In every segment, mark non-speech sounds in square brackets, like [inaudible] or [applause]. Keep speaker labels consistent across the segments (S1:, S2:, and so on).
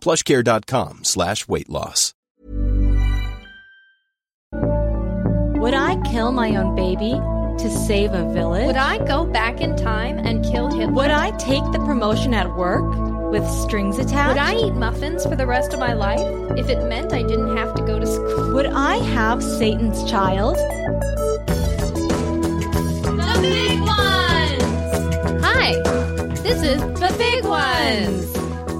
S1: Plushcare.com slash weight loss.
S2: Would I kill my own baby to save a village?
S3: Would I go back in time and kill Hitler?
S2: Would I take the promotion at work with strings attached?
S3: Would I eat muffins for the rest of my life if it meant I didn't have to go to school?
S2: Would I have Satan's child?
S3: The Big Ones! Hi, this is The Big Ones!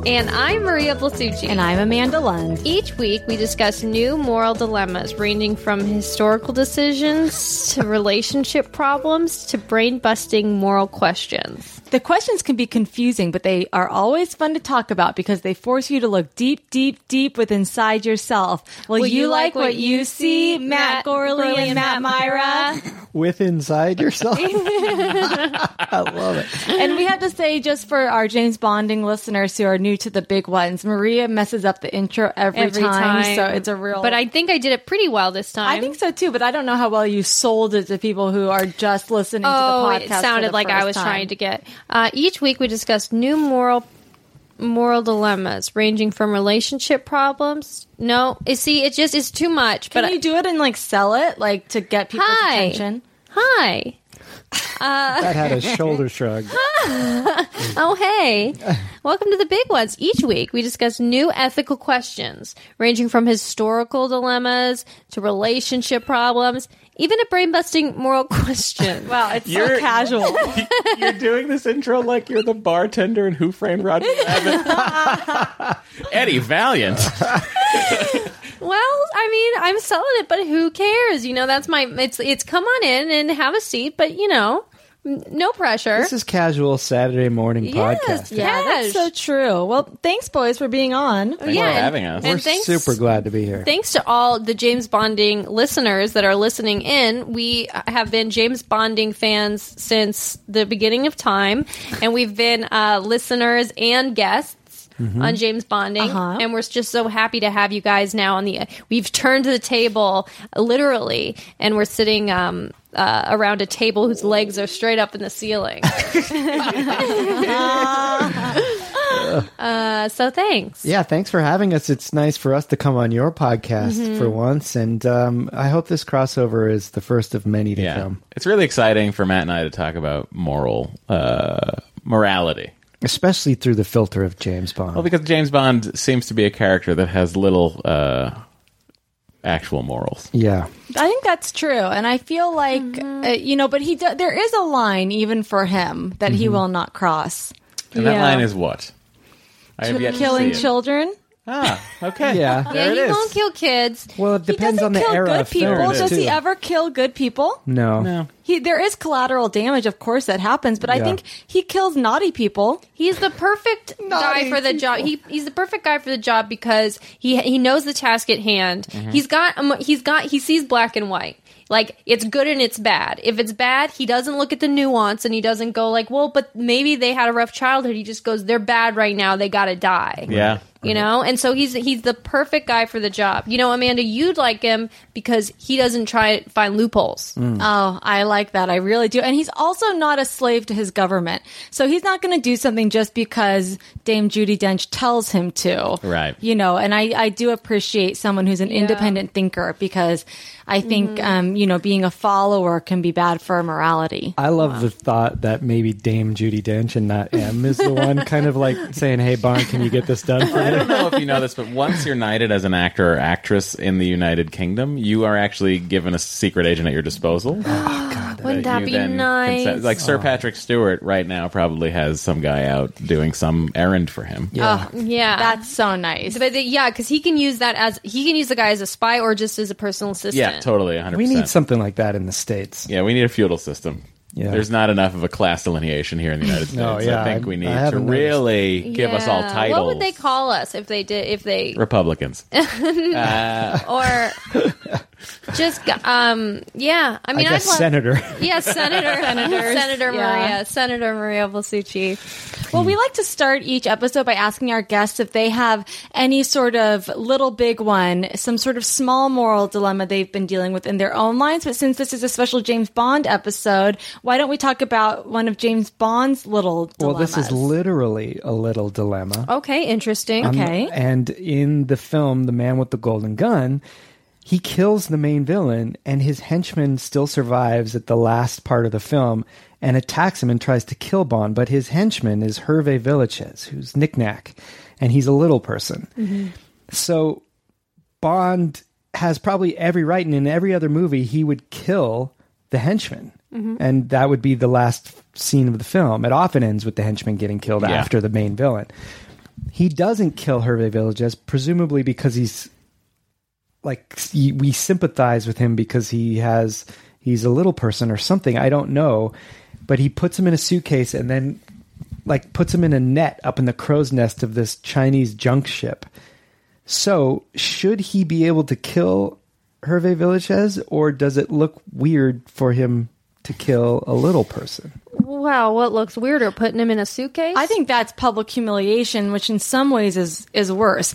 S3: And I'm Maria Blasucci.
S2: And I'm Amanda Lund.
S3: Each week, we discuss new moral dilemmas ranging from historical decisions to relationship problems to brain busting moral questions.
S2: The questions can be confusing, but they are always fun to talk about because they force you to look deep, deep, deep within inside yourself. Will, you, like what you see, Matt Gorley and Matt Myra?
S4: with
S2: [laughs]
S4: inside yourself. I love
S2: [clears throat]
S4: it.
S2: and we have to say, just for our James Bonding listeners who are new to the big ones, Maria messes up the intro every, time, so it's a real.
S3: But I think I did it pretty well this time.
S2: I think so too, but I don't know how well you sold it to people who are just listening
S3: Oh,
S2: to the podcast.
S3: it
S2: for
S3: sounded
S2: the
S3: like I
S2: first
S3: was
S2: time.
S3: trying to get. Uh, each week, we discuss new moral moral dilemmas ranging from relationship problems. No, you see, it just is too much.
S2: Can
S3: but
S2: you do it and like sell it, like to get people's
S3: Hi.
S2: attention?
S3: hi,
S4: That had a shoulder shrug.
S3: oh hey, welcome to the big ones. Each week, we discuss new ethical questions ranging from historical dilemmas to relationship problems, even a brain busting moral [laughs] question.
S2: Wow, it's so
S3: [laughs]
S4: You're-
S2: casual.
S4: You're doing this intro like you're the bartender in Who Framed Roger Rabbit.
S5: Eddie Valiant.
S3: Well, I mean, I'm selling it, but who cares? You know, that's my it's it's come on in and have a seat, but you know, n- no pressure.
S4: This is casual Saturday morning
S3: yes,
S2: [laughs]
S4: podcast.
S2: yeah, that's so true. Well, thanks, boys, for being on.
S3: yeah,
S5: for
S3: and-
S5: having us.
S3: And
S4: We're
S3: thanks,
S4: super glad to be here.
S3: thanks to all the James Bonding listeners that are listening in. We have been James Bonding fans since the beginning of time, and we've been uh, listeners and guests. On James Bonding,
S2: Uh-huh.
S3: and we're just so happy to have you guys now. On the we've turned the table literally, and we're sitting um, uh, around a table whose legs are straight up in the ceiling. [laughs] uh, so thanks.
S4: Yeah, thanks for having us. It's nice for us to come on your podcast
S2: Mm-hmm.
S4: for once, and um, I hope this crossover is the first of many to
S5: Yeah.
S4: come.
S5: It's really exciting for Matt and I to talk about moral uh, morality.
S4: Especially through the filter of James Bond.
S5: Well, because James Bond seems to be a character that has little uh, actual morals.
S4: yeah,
S2: I think that's true, and I feel like
S3: Mm-hmm.
S2: uh, you know, but he do- there is a line even for him that
S5: Mm-hmm.
S2: he will not cross.
S5: And that
S3: Yeah.
S5: line is what? I have yet to
S2: Killing
S5: see it.
S2: children.
S5: Ah, okay.
S4: yeah.
S3: Yeah,
S5: There it
S3: he
S5: is.
S3: won't kill kids.
S4: Well, it depends
S2: he doesn't
S4: on the
S2: kill
S4: era.
S2: good
S4: of film,
S2: people. Does he
S4: too.
S2: ever kill good people?
S4: No.
S5: No.
S2: He there is collateral damage, of course, that happens, but I
S4: Yeah.
S2: think he kills naughty people.
S3: He's the perfect guy for the job. He, he's the perfect guy for the job because he he knows the task at hand.
S5: Mm-hmm.
S3: He's got um, he's got he sees black and white. Like it's good and it's bad. If it's bad, he doesn't look at the nuance and he doesn't go like, "Well, but maybe they had a rough childhood." He just goes, "They're bad right now. They got to die."
S5: Yeah.
S3: You know? And so he's he's the perfect guy for the job. You know, Amanda, you'd like him because he doesn't try to find loopholes.
S5: Mm.
S2: Oh, I like that. I really do. And he's also not a slave to his government. So he's not going to do something just because Dame Judy Dench tells him to.
S5: Right.
S2: You know, and I, I do appreciate someone who's an independent thinker because I think, um, you know, being a follower can be bad for morality.
S4: I love the thought that maybe Dame Judy Dench and not M is the one kind of like saying, "Hey, Bond, can you get this done for
S5: I
S4: me?"
S5: don't know if you know this, but once you're knighted as an actor or actress in the United Kingdom, you are actually given a secret agent at your disposal.
S3: Wouldn't that
S5: you
S3: be
S5: then can
S3: nice?
S5: set- like
S4: Oh.
S5: Sir Patrick Stewart right now probably has some guy out doing some errand for him.
S4: Yeah.
S3: yeah.
S2: That's so nice.
S3: But the, yeah, because he can use that as he can use the guy as a spy or just as a personal assistant.
S5: Yeah, totally, 100%.
S4: we need something like that in the states.
S5: Yeah, we need a feudal system.
S4: Yeah.
S5: There's not enough of a class delineation here in the United States.
S4: [laughs] No, yeah,
S5: I think
S4: I-
S5: we
S4: I
S5: need to
S4: haven't noticed.
S5: really give us all
S3: Yeah.
S5: titles.
S3: What would they call us if they did? If they
S5: Republicans?
S3: or [laughs] just um yeah. I
S4: I
S3: mean,
S4: guess
S3: would love,
S4: senator.
S3: Yeah, Senator, [laughs]
S2: Senators.
S3: Senator
S2: Yeah.
S3: Maria, Senator Maria Blasucci.
S2: Well, we like to start each episode by asking our guests if they have any sort of little big one, some sort of small moral dilemma they've been dealing with in their own lives. But since this is a special James Bond episode, why don't we talk about one of James Bond's little
S4: well,
S2: dilemmas?
S4: this is literally a little dilemma.
S3: Okay, interesting.
S4: Um,
S2: Okay.
S4: And in the film, The Man with the Golden Gun, he kills the main villain, and his henchman still survives at the last part of the film and attacks him and tries to kill Bond. But his henchman is Hervé Villachez, who's Knickknack, and he's a little person. So Bond has probably every right, and in every other movie, he would kill the henchman. And that would be the last scene of the film. It often ends with the henchman getting killed
S5: Yeah.
S4: after the main villain he doesn't kill Hervé Villagez, presumably because he's like s- we sympathize with him because he has he's a little person or something. I don't know, but he puts him in a suitcase and then like puts him in a net up in the crow's nest of this Chinese junk ship. So should he be able to kill Hervé Villagez, or does it look weird for him to kill a little person?
S3: Wow, what looks weirder, putting him in a suitcase?
S2: I think that's public humiliation, which in some ways is is worse.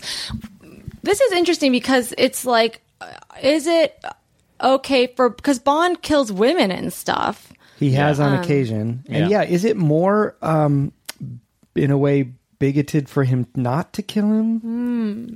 S2: This is interesting because it's like, uh, is it okay for because Bond kills women and stuff?
S4: He has on occasion. And yeah,
S5: yeah.
S4: is it more um in a way bigoted for him not to kill him?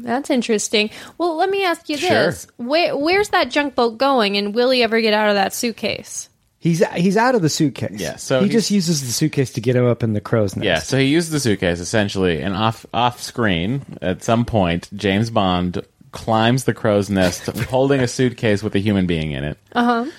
S3: that's interesting. Well, let me ask you
S5: Sure.
S3: this: Where, where's that junk boat going, and will he ever get out of that suitcase?
S4: He's he's out of the suitcase.
S5: Yeah, so
S4: he
S5: he's-
S4: just uses the suitcase to get him up in the crow's nest.
S5: Yeah, so he used the suitcase essentially, and off off screen at some point, James Bond climbs the crow's nest holding a suitcase with a human being in it. Uh-huh.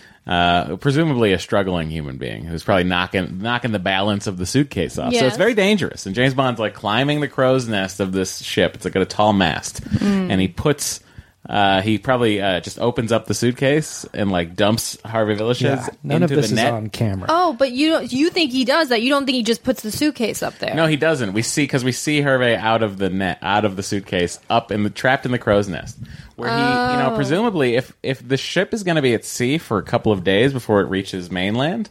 S5: presumably a struggling human being who's probably knocking knocking the balance of the suitcase off. So
S3: Yes.
S5: it's very dangerous. And James Bond's like climbing the crow's nest of this ship. It's like a tall mast, and he puts. Uh, he probably uh, just opens up the suitcase and like dumps Harvey Villachez
S4: Yeah, None of
S5: into
S4: this
S5: the
S4: is
S5: net.
S4: on camera.
S3: Oh, but you don't, you think he does that? You don't think he just puts the suitcase up there?
S5: No, he doesn't. We see because we see Hervé out of the net, out of the suitcase, up in the trapped in the crow's nest, where he, you
S3: Oh.
S5: know, presumably if if the ship is going to be at sea for a couple of days before it reaches mainland,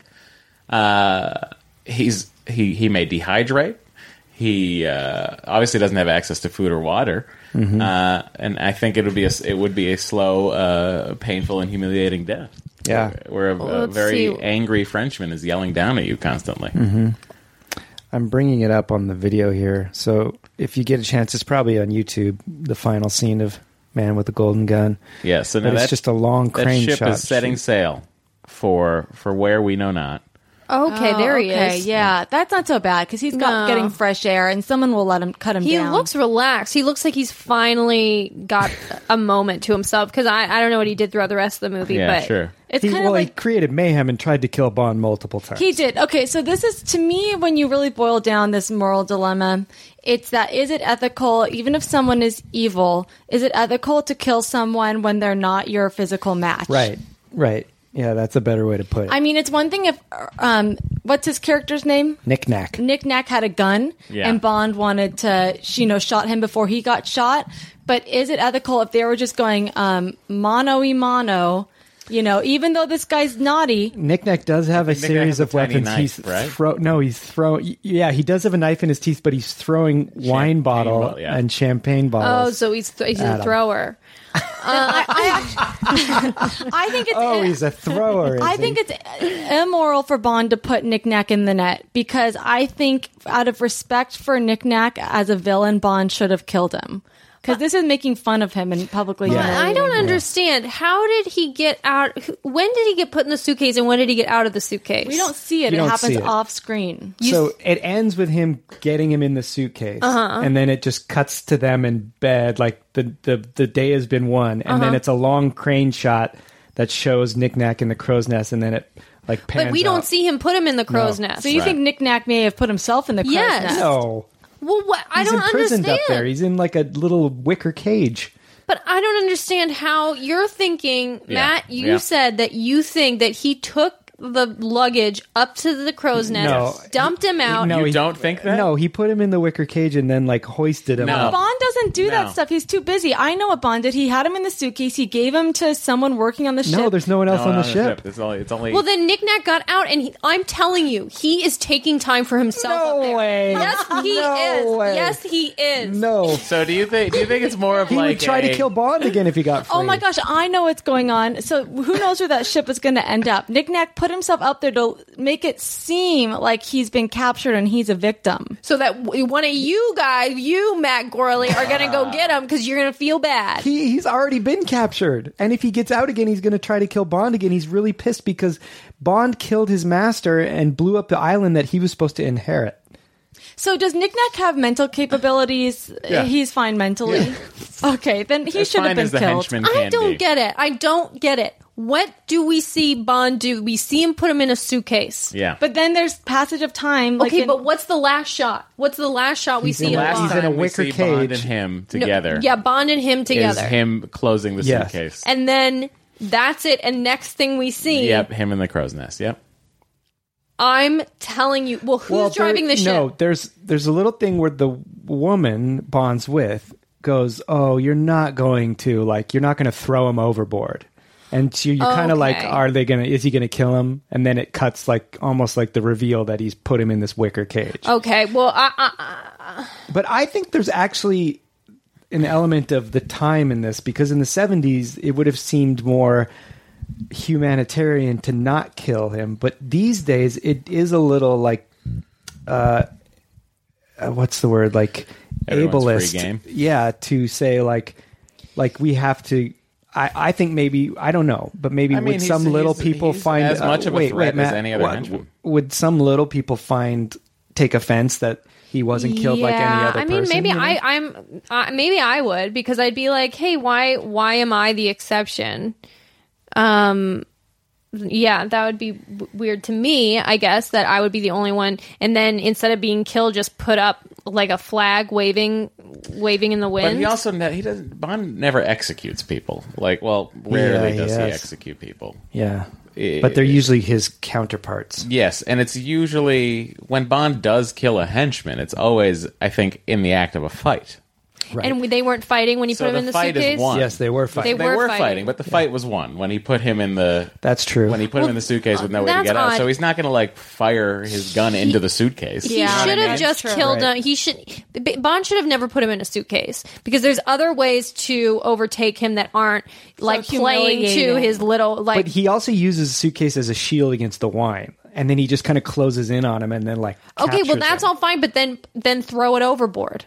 S5: uh, he's he he may dehydrate. He uh, obviously doesn't have access to food or water,
S3: Mm-hmm.
S5: uh, and I think it would be a s- it would be a slow, uh, painful, and humiliating death.
S4: Yeah.
S5: where a, a
S3: Let's
S5: very
S3: see.
S5: angry Frenchman is yelling down at you constantly.
S4: I'm bringing it up on the video here. So if you get a chance, it's probably on YouTube, the final scene of Man with the Golden Gun.
S5: Yeah, so now
S4: But it's
S5: that-
S4: just a long
S5: that
S4: crane
S5: ship
S4: shot.
S5: is setting sail for for where we know not.
S3: Okay, there he
S2: Oh, okay,
S3: is.
S2: Yeah, that's not so bad because he's got
S3: No.
S2: getting fresh air, and someone will let him cut him
S3: He
S2: down.
S3: looks relaxed. He looks like he's finally got a moment to himself because I, I don't know what he did throughout the rest of the movie,
S5: Yeah,
S3: but
S5: sure.
S2: It's
S4: He,
S2: kind of
S4: well, he
S2: like.
S4: created mayhem and tried to kill Bond multiple times.
S2: He did. Okay, so this is to me when you really boil down this moral dilemma, it's that is it ethical even if someone is evil, is it ethical to kill someone when they're not your physical match?
S4: right, right. Yeah, that's a better way to put it.
S2: I mean, it's one thing if um what's his character's name?
S4: Knick knack.
S2: Nick Nack had a gun,
S5: Yeah.
S2: and Bond wanted to, sh- you know, shot him before he got shot. But is it ethical if they were just going um, mono y mono? You know, even though this guy's naughty,
S4: Knickknack does have a
S5: Knick-Knack
S4: series
S5: has a
S4: of
S5: tiny
S4: weapons.
S5: knife,
S4: he's
S5: right?
S4: throw no, he's throwing. Yeah, he does have a knife in his teeth, but he's throwing wine bottle
S5: bottle, yeah.
S4: and champagne
S3: Oh,
S4: bottles.
S3: so he's th- he's
S4: Adam.
S3: a thrower.
S2: [laughs] I think it's.
S4: Uh, Oh, he's a
S3: [laughs]
S4: thrower.
S2: I
S4: is
S2: think
S4: he?
S2: it's immoral for Bond to put Nick Nack in the net because I think, out of respect for Nick Nack as a villain, Bond should have killed him because this is making fun of him and publicly.
S3: I I
S4: Oh,
S2: humiliating
S3: don't
S2: him.
S3: understand. How did he get out? who- When did he get put in the suitcase, and when did he get out of the suitcase?
S2: We don't see it.
S4: You
S2: It
S4: don't
S2: happens
S4: see it.
S2: off screen.
S4: so. It ends with him getting him in the suitcase,
S3: Uh-huh.
S4: and then it just cuts to them in bed, like the the, the day has been won, and
S3: Uh-huh.
S4: then it's a long crane shot that shows Knickknack in the crow's nest, and then it like pans.
S3: But we don't
S4: out.
S3: see him put him in the crow's
S4: No.
S3: nest.
S2: So you think Nick Nack may have put himself in the crow's
S3: Yes.
S2: nest?
S4: No,
S3: well, what, I
S4: he's
S3: don't
S4: imprisoned
S3: understand.
S4: up there. He's in like a little wicker cage.
S3: But I don't understand how you're thinking,
S5: Yeah.
S3: Matt. You
S5: Yeah.
S3: said that you think that he took the luggage up to the crow's nest,
S4: No.
S3: dumped him out.
S4: No,
S5: you
S4: he-
S5: don't think that?
S4: No, he put him in the wicker cage and then like hoisted him
S5: No.
S4: up.
S2: Bond doesn't do
S5: No.
S2: that stuff. He's too busy. I know what Bond did. He had him in the suitcase. He gave him to someone working on the ship.
S4: No, there's no one else
S5: No,
S4: on
S5: no,
S4: the
S5: no,
S4: ship.
S5: It's only. It's only
S3: Well, then Knickknack got out, and he, I'm telling you, he is taking time for himself.
S4: No
S3: up there.
S4: way.
S3: Yes, he
S4: No
S3: is.
S4: way.
S3: Yes, he is.
S4: No,
S5: so do you think? Do you think it's more of
S4: he
S5: like
S4: would try
S5: a-
S4: to kill Bond again if
S3: [laughs]
S4: he got free.
S2: Oh my gosh, I know what's going on. So who knows where that [laughs] ship is going to end up? Knickknack put himself up there to make it seem like he's been captured and he's a victim.
S3: So that w- one of you guys, you Matt Gorley, are gonna go get him because you're gonna feel bad.
S4: He, he's already been captured, and if he gets out again, he's going to try to kill Bond again. He's really pissed because Bond killed his master and blew up the island that he was supposed to inherit.
S2: So does Knickknack have mental capabilities?
S5: [sighs] Yeah.
S2: He's fine mentally. [laughs] Okay, then he
S5: As
S2: should have
S5: fine
S2: been
S5: as the
S2: killed.
S5: henchman
S3: I
S5: can
S3: don't
S5: be.
S3: get it. I don't get it. What do we see Bond do? We see him put him in a suitcase.
S5: Yeah.
S2: But then there's passage of time. Like
S3: okay,
S2: in-
S3: but what's the last shot? What's the last shot we
S4: He's in
S3: see
S5: the
S3: of
S5: last
S4: he's
S3: Bond?
S5: time
S4: in a
S5: we
S4: wicker
S5: see Bond and
S4: cage.
S5: him
S3: No,
S5: together
S3: yeah, Bond and him
S5: is
S3: together.
S5: him closing the
S4: Yes.
S5: suitcase.
S3: And then that's it. And next thing we see,
S5: yep, him in the crow's nest. Yep.
S3: I'm telling you. Well, who's
S4: there-
S3: driving the ship?
S4: No, there's there's a little thing where the woman Bond's with goes, "Oh, you're not going to like, you're not going to throw him overboard." And so you're kind of like,
S3: Okay.
S4: are they gonna? Is he gonna kill him? And then it cuts like almost like the reveal that he's put him in this wicker cage.
S3: Okay. Well, I, I,
S4: But I think there's actually an element of the time in this because in the 70s it would have seemed more humanitarian to not kill him, but these days it is a little like uh, uh what's the word like
S5: Everyone's free
S4: ableist.
S5: game.
S4: Yeah, to say like like we have to I, I think maybe I don't know, but maybe
S5: I mean,
S4: would
S5: he's-
S4: some
S5: he's-
S4: little people
S5: he's
S4: find
S5: as much of a
S4: wait,
S5: threat
S4: wait,
S5: as
S4: Matt,
S5: any other
S4: what-
S5: henchman.
S4: Would some little people find take offense that he wasn't killed like any other
S3: I mean,
S4: person,
S3: maybe
S4: you know?
S3: I, I'm, uh, maybe I would because I'd be like, hey, why, why am I the exception? Um, yeah, that would be w- weird to me, I guess, that I would be the only one. And then instead of being killed, just put up like a flag waving, waving in the wind.
S5: But he also ne- he doesn't Bond never executes people. Like, well, rarely
S4: Yeah,
S5: does he
S4: yes.
S5: execute people.
S4: Yeah. But they're usually his counterparts.
S5: Yes, and it's usually when Bond does kill a henchman, it's always I think in the act of a fight.
S3: and we- they weren't fighting when he
S5: So
S3: put him
S5: the
S3: in the
S5: fight is
S3: suitcase.
S5: won.
S4: Yes, they were fighting.
S5: They, were, fighting. but the fight was won when he put him in the
S4: That's true.
S5: when he put him in the suitcase with no way to
S3: that's
S5: get out.
S3: odd.
S5: So he's not going to like fire his gun into the suitcase.
S3: He
S5: You know what I
S3: should have
S5: mean?
S3: just killed
S4: Right.
S3: him. He should B- Bond should have never put him in a suitcase because there's other ways to overtake him that aren't like playing to
S2: humiliating.
S3: his little like.
S4: But he also uses a suitcase as a shield against the wine. And then he just kind of closes in on him and then, like.
S3: okay, well
S4: captures
S3: that's
S4: him.
S3: all fine, but then then throw it overboard.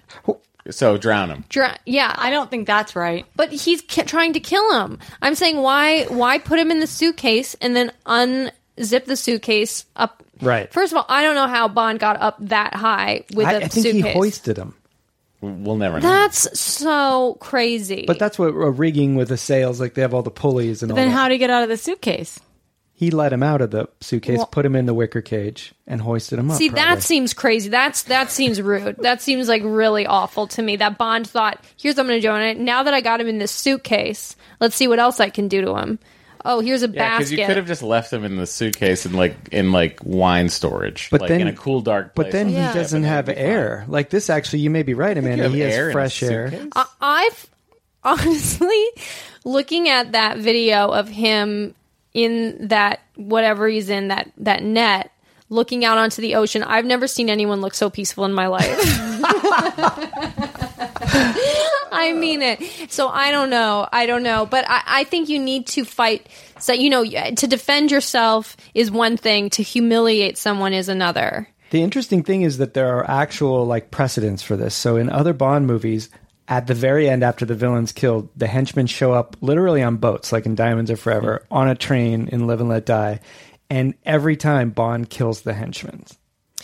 S5: so drown him.
S3: Dr- yeah,
S2: I don't think that's right.
S3: but he's ki- trying to kill him. I'm saying why why put him in the suitcase and then unzip the suitcase up.
S4: Right.
S3: First of all, I don't know how Bond got up that high with
S4: I,
S3: a
S4: I think
S3: suitcase.
S4: he hoisted him.
S5: We'll never know.
S3: that's so crazy.
S4: But that's what a rigging with the sails, like they have all the pulleys and all
S2: Then
S4: that.
S2: how do you get out of the suitcase?
S4: he let him out of the suitcase,
S3: Well-
S4: put him in the wicker cage, and hoisted him up.
S3: See,
S4: probably.
S3: that seems crazy. That's that seems rude. That seems like really awful to me. That Bond thought, "Here's what I'm going to do on it. Now that I got him in this suitcase, let's see what else I can do to him." Oh, here's a
S5: Yeah, because
S3: basket.
S5: you could have just left him in the suitcase in like in like wine storage,
S4: But
S5: like
S4: then-
S5: in a cool dark. Place
S4: But then
S5: Yeah,
S4: he doesn't
S5: but
S4: have
S5: that'd be fine.
S4: air. Like this, actually, you may be right,
S5: You
S4: Amanda.
S5: have
S4: He has
S5: air in a
S4: fresh air.
S5: suitcase?
S3: I- I've [laughs] honestly looking at that video of him in that whatever he's in that that net looking out onto the ocean. I've never seen anyone look so peaceful in my life. [laughs] I mean it. So I don't know. I don't know. But I, I think you need to fight. So you know, to defend yourself is one thing. To humiliate someone is another.
S4: The interesting thing is that there are actual like precedents for this. So in other Bond movies, at the very end, after the villain's killed, the henchmen show up literally on boats, like in Diamonds Are Forever,
S5: Hmm.
S4: on a train in Live and Let Die, and every time Bond kills the henchmen.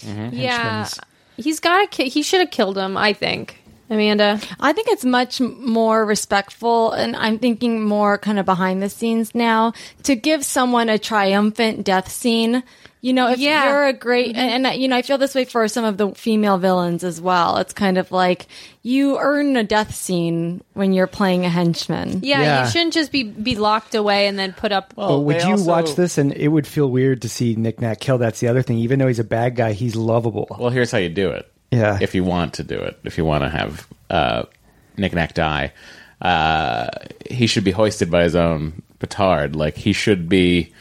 S3: Yeah,
S4: Henchmen's.
S3: he's got. He should have killed him. I think. Amanda?
S2: I think it's much m- more respectful, and I'm thinking more kind of behind the scenes now to give someone a triumphant death scene. You know, if
S3: Yeah. Mm-hmm.
S2: you're a great, and, and you know, I feel this way for some of the female villains as well. It's kind of like you earn a death scene when you're playing a henchman.
S3: Yeah,
S4: Yeah.
S3: you shouldn't just be be locked away and then put up.
S4: But
S5: Well,
S4: would
S5: Oh, they
S4: you
S5: also-
S4: watch this? And it would feel weird to see Nick Nack kill. That's the other thing. Even though he's a bad guy, he's lovable.
S5: Well, here's how you do it.
S4: Yeah.
S5: If you want to do it, if you want to have uh, Nick Nack die, uh, he should be hoisted by his own petard. Like he should be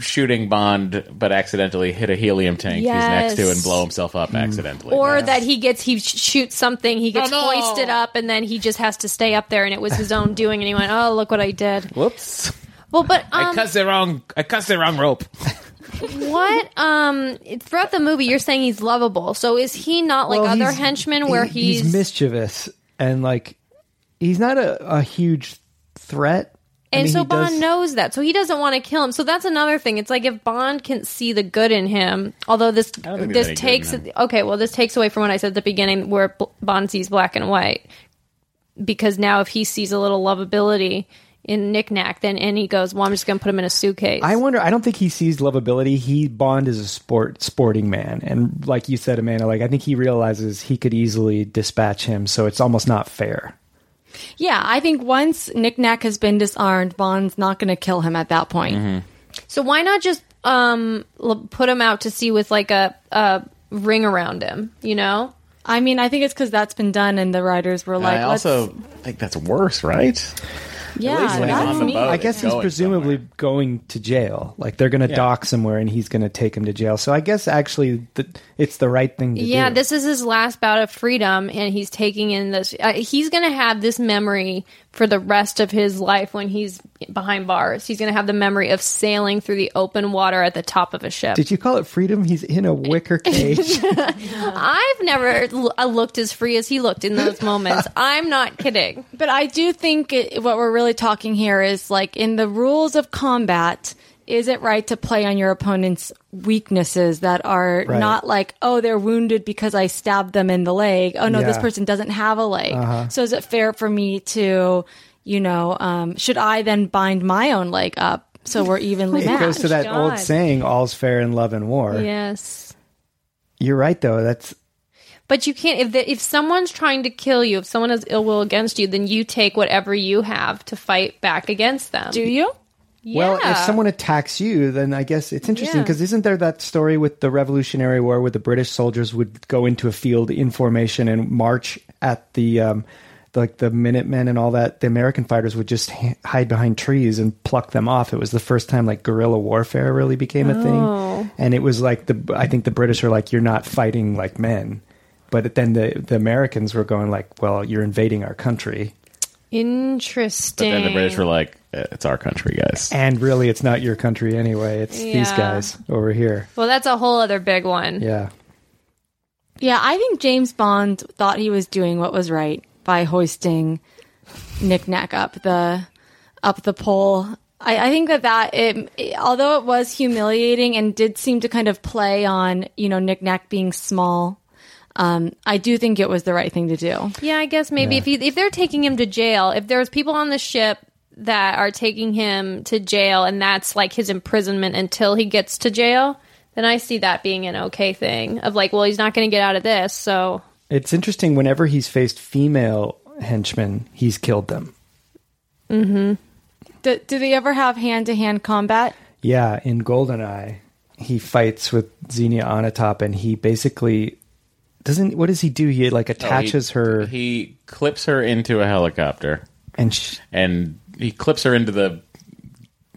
S5: shooting Bond, but accidentally hit a helium tank
S3: Yes.
S5: he's next to and blow himself up
S4: Hmm.
S5: accidentally.
S3: or that he gets he sh- shoots something, he gets
S5: Oh, no.
S3: hoisted up, and then he just has to stay up there, and it was his own doing, and he went, "Oh, look what I did."
S5: whoops.
S3: Well, but
S5: I
S3: um,
S5: [laughs] cussed the wrong. I cussed the wrong rope.
S3: what um, throughout the movie, you're saying he's lovable. So is he not like
S4: Well,
S3: other
S4: he's-
S3: henchmen where
S4: he-
S3: he's,
S4: mischievous and like he's not a, a huge threat. I
S3: And
S4: mean,
S3: so
S4: he does-
S3: Bond knows that, so he doesn't want to kill him. So that's another thing. It's like if Bond can see the good in him, although this
S5: don't think
S3: this
S5: there's any
S3: takes
S5: good in him.
S3: okay, well, this takes away from what I said at the beginning, where B- Bond sees black and white, because now if he sees a little lovability in Nick Nack, then and he goes, well, I'm just going to put him in a suitcase.
S4: I wonder. I don't think he sees lovability. He Bond is a sport sporting man, and like you said, Amanda, like I think he realizes he could easily dispatch him. So it's almost not fair.
S2: Yeah, I think once Nick Nack has been disarmed, Bond's not going to kill him at that point.
S5: Mm-hmm.
S3: so why not just um l- put him out to sea with like a a ring around him, you know?
S2: I mean, I think it's because that's been done, and the writers were like,
S5: I
S2: let's-
S5: also think that's worse, right?
S2: yeah,
S5: least when he's
S2: that's
S5: on the
S2: neat.
S5: boat.
S4: I guess he's
S5: Oh, going
S4: presumably going to jail. Like they're going to dock somewhere, and he's going to take him to jail. So I guess actually, the, it's the right thing to do.
S3: Yeah, this is his last bout of freedom, and he's taking in this. Uh, he's going to have this memory for the rest of his life when he's behind bars. He's going to have the memory of sailing through the open water at the top of a ship.
S4: Did you call it freedom? He's in a
S3: [laughs]
S4: wicker cage.
S3: I've never l- uh, looked as free as he looked in those moments. I'm not kidding.
S2: But I do think it, what we're really talking here is like in the rules of combat, is it right to play on your opponent's weaknesses that are
S4: Right.
S2: not like, oh, they're wounded because I stabbed them in the leg. Oh, no, this
S4: Yeah. Uh-huh.
S2: person doesn't have a leg. So is it fair for me to, you know, um, should I then bind my own leg up so we're evenly
S4: it goes
S2: matched?
S4: to that
S3: God.
S4: old saying, "All's fair in love and war."
S3: Yes.
S4: You're right, though. That's
S3: But you can't if the, if someone's trying to kill you, if someone has ill will against you, then you take whatever you have to fight back against them.
S2: Do you?
S4: well. If
S3: Yeah.
S4: someone attacks you, then I guess it's interesting
S3: Yeah.
S4: because isn't there that story with the Revolutionary War where the British soldiers would go into a field in formation and march at the um, like the Minutemen and all that? The American fighters would just h- hide behind trees and pluck them off. It was the first time like guerrilla warfare really became a
S3: Oh.
S4: thing, and it was like the I think the British are like you're not fighting like men. But then the, the Americans were going like, well, you're invading our country.
S3: Interesting.
S5: But then the British were like, "Eh, "It's our country, guys."
S4: And really, it's not your country anyway. It's these
S3: Yeah.
S4: guys over here.
S3: well, that's a whole other big one.
S4: Yeah.
S2: Yeah, I think James Bond thought he was doing what was right by hoisting Nick Nack up the up the pole. I, I think that that it, it- although it was humiliating and did seem to kind of play on you know Nick Nack being small, um, I do think it was the right thing to do.
S3: Yeah, I guess maybe if you, if they're taking him to jail, if there's people on the ship that are taking him to jail and that's like his imprisonment until he gets to jail, then I see that being an okay thing of like, well, he's not going to get out of this, so
S4: It's interesting. Whenever he's faced female henchmen, he's killed them.
S2: Do, do they ever have hand to hand combat?
S4: Yeah. In Goldeneye, he fights with Xenia Onatop and he basically doesn't. What does he do? He like attaches
S5: Oh, He-
S4: her
S5: He clips her into a helicopter,
S4: and sh-
S5: and he clips her into the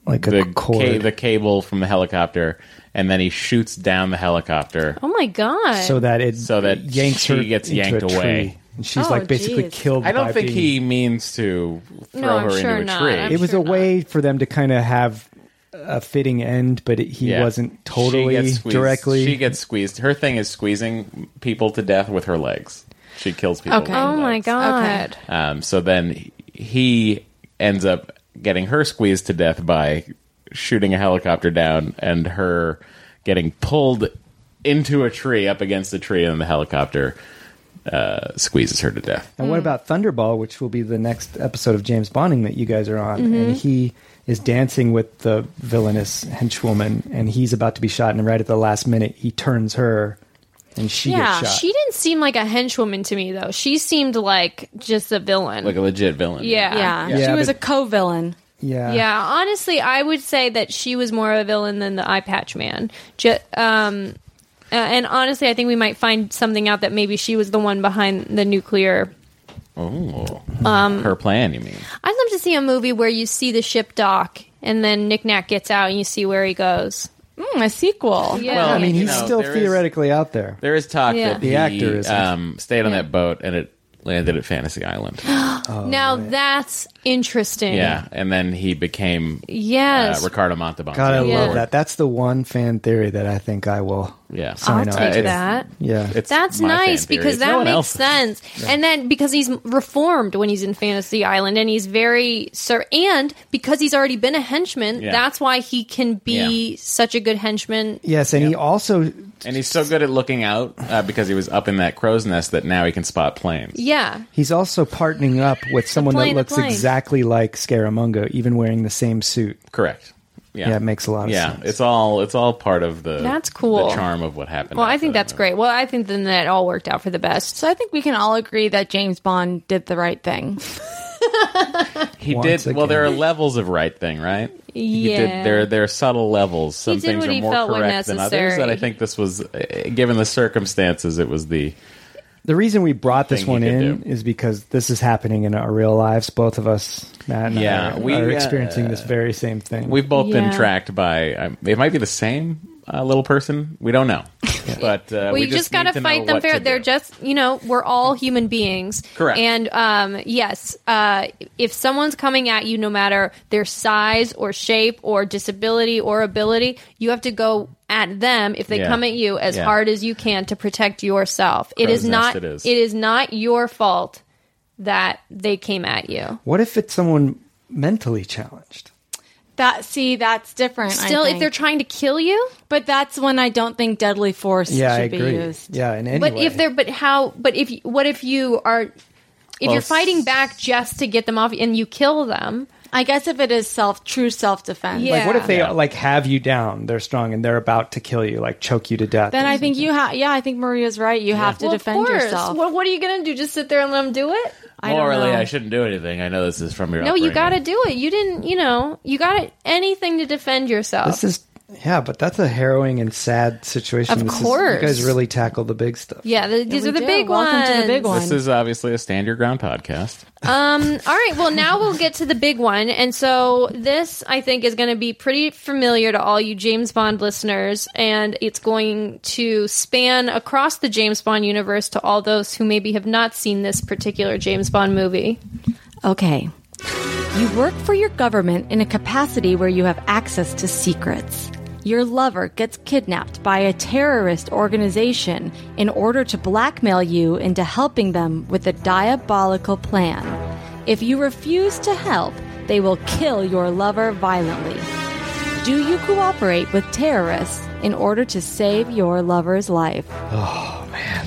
S4: like a
S5: the,
S4: cord.
S5: ca- the cable from the helicopter, and then he shoots down the helicopter.
S3: oh my god.
S4: so that it
S5: So that
S4: yanks
S5: she
S4: her
S5: gets
S4: into
S5: yanked
S4: a tree.
S5: away.
S4: And she's
S2: Oh,
S4: like basically
S2: geez.
S4: killed. by
S5: I don't think
S4: being-
S5: he means to throw
S3: No, I'm
S5: her
S3: sure
S5: into a
S3: not.
S5: tree.
S3: I'm
S4: it was
S3: sure
S4: a
S3: not.
S4: way for them to kind of have a fitting end, but it, he
S5: Yeah.
S4: wasn't
S5: She
S4: totally
S5: gets squeezed.
S4: directly.
S5: She gets squeezed. Her thing is squeezing people to death with her legs. She kills people.
S2: Okay.
S5: With her
S3: oh my
S5: legs.
S3: god.
S2: Okay.
S5: Um, so then he ends up getting her squeezed to death by shooting a helicopter down and her getting pulled into a tree up against the tree and the helicopter uh, squeezes her to death.
S3: Mm.
S4: And what about Thunderball, which will be the next episode of James Bonding that you guys are on?
S3: Mm-hmm.
S4: And he is dancing with the villainous henchwoman, and he's about to be shot. And right at the last minute, he turns her, and she
S3: Yeah,
S4: gets shot.
S3: she didn't seem like a henchwoman to me though. She seemed like just a villain.
S5: Like a legit villain.
S3: yeah.
S2: Yeah.
S4: Yeah,
S2: she was
S4: but-
S2: a co-villain.
S4: yeah,
S3: Yeah, honestly, I would say that she was more of a villain than the eye patch man. Ju- um, uh, and honestly, I think we might find something out that maybe she was the one behind the nuclear.
S5: Oh.
S3: Um,
S5: her plan, you mean?
S3: I'd love to see a movie where you see the ship dock and then Nick Nack gets out and you see where he goes.
S2: Mm, a sequel.
S3: Yeah,
S5: Well,
S4: I mean,
S5: You
S4: he's
S5: know,
S4: still
S5: there is-
S4: theoretically out there.
S5: There is talk
S3: Yeah.
S5: that
S3: The
S5: he,
S4: actor is-
S5: um, stayed on that boat and it landed at Fantasy Island.
S3: now that's interesting.
S5: Oh, yeah, and then he became uh,
S3: Yes.
S5: Ricardo Montalban.
S4: God, I
S5: Yeah.
S4: love that. That's the one fan theory that I think I will.
S5: Yeah,
S4: Sign
S3: I'll
S4: up.
S3: take
S5: It's-
S3: that.
S4: Yeah,
S5: It's
S3: That's
S5: my fan
S3: nice
S5: theory.
S3: because
S5: It's
S3: that
S5: no one
S3: makes
S5: else's.
S3: sense. And then because he's reformed when he's in Fantasy Island and he's very sir and because he's already been a henchman,
S5: Yeah.
S3: that's why he can be
S5: Yeah.
S3: such a good henchman.
S4: yes, and he also
S5: And he's so good at looking out uh, because he was up in that crow's nest that now he can spot planes.
S3: Yeah.
S4: He's also partnering up with someone
S3: plane,
S4: that
S3: the
S4: looks
S3: plane.
S4: exactly like Scaramanga, even wearing the same suit.
S5: Correct. Yeah.
S4: Yeah, it makes a lot of
S5: yeah,
S4: sense.
S5: it's all it's all part of the
S3: That's cool.
S5: the charm of what happened.
S3: Well, I
S5: after
S3: think
S5: that
S3: that's
S5: movie.
S3: great. Well, I think then that all worked out for the best.
S2: So I think we can all agree that James Bond did the right thing.
S5: He did
S4: Once
S5: well. There are
S4: again.
S5: levels of right thing, right? He
S3: Yeah.
S5: did, there there are subtle levels. Some
S3: He did
S5: things
S3: what
S5: are
S3: he
S5: more
S3: felt were
S5: correct than others.
S3: necessary.
S5: And I think this was, uh, given the circumstances, it was the
S4: The reason we brought this
S5: Thing you
S4: one
S5: could
S4: in
S5: do.
S4: is because this is happening in our real lives. Both of us, Matt and
S5: Yeah,
S4: I,
S5: we,
S4: are
S5: uh,
S4: experiencing this very same thing.
S5: We've both been
S3: Yeah.
S5: tracked by. Um, it might be the same uh, little person. We
S3: [laughs]
S5: don't know, but uh,
S3: Well,
S5: we
S3: you just, got
S5: need
S3: to
S5: know
S3: fight them
S5: what
S3: fair.
S5: to
S3: They're
S5: do.
S3: just, you know, we're all human beings.
S5: Correct.
S3: And um, yes, uh, if someone's coming at you, no matter their size or shape or disability or ability, you have to go at them if they
S5: Yeah.
S3: come at you as
S5: Yeah.
S3: hard as you can to protect yourself. It
S5: Crow's
S3: is
S5: nest
S3: not.
S5: it is.
S3: it is not your fault that they came at you.
S4: what if it's someone mentally challenged?
S2: That see, that's different. I
S3: Still, if
S2: think.
S3: they're trying to kill you,
S2: but that's when I don't think deadly force
S4: Yeah, I
S2: should
S4: agree.
S2: be used.
S4: Yeah, in any
S3: But
S4: way.
S3: if they're but how but if you- what if you are if you're fighting back just to get them off and you kill them?
S2: I guess if it is self true self defense,
S3: Yeah.
S4: like, what if they
S5: Yeah.
S4: like have you down? They're strong and they're about to kill you, like choke you to death.
S2: then I think you have. Yeah, I think Maria's right. You have to
S3: Well, of
S2: defend
S3: course.
S2: yourself.
S3: What, what are you gonna do? Just sit there and let them do it?
S2: I don't
S5: Morally,
S2: know.
S5: I shouldn't do anything. I know this is from your.
S3: No, you got to
S5: upbringing.
S3: do it. You didn't. You know, you got to anything to defend yourself.
S4: This is yeah, but that's a harrowing and sad situation.
S3: Of
S4: This is-
S3: course.
S4: you guys really tackled the big stuff.
S3: yeah, the, these
S2: we
S3: are the
S2: do.
S3: big ones.
S2: Welcome to the big one.
S5: This is obviously a stand your ground podcast.
S3: Um, all right, well, now we'll get to the big one. And so, this I think is going to be pretty familiar to all you James Bond listeners, and it's going to span across the James Bond universe to all those who maybe have not seen this particular James Bond movie.
S2: Okay. You work for your government in a capacity where you have access to secrets. Your lover gets kidnapped by a terrorist organization in order to blackmail you into helping them with a diabolical plan. If you refuse to help, they will kill your lover violently. Do you cooperate with terrorists in order to save your lover's life?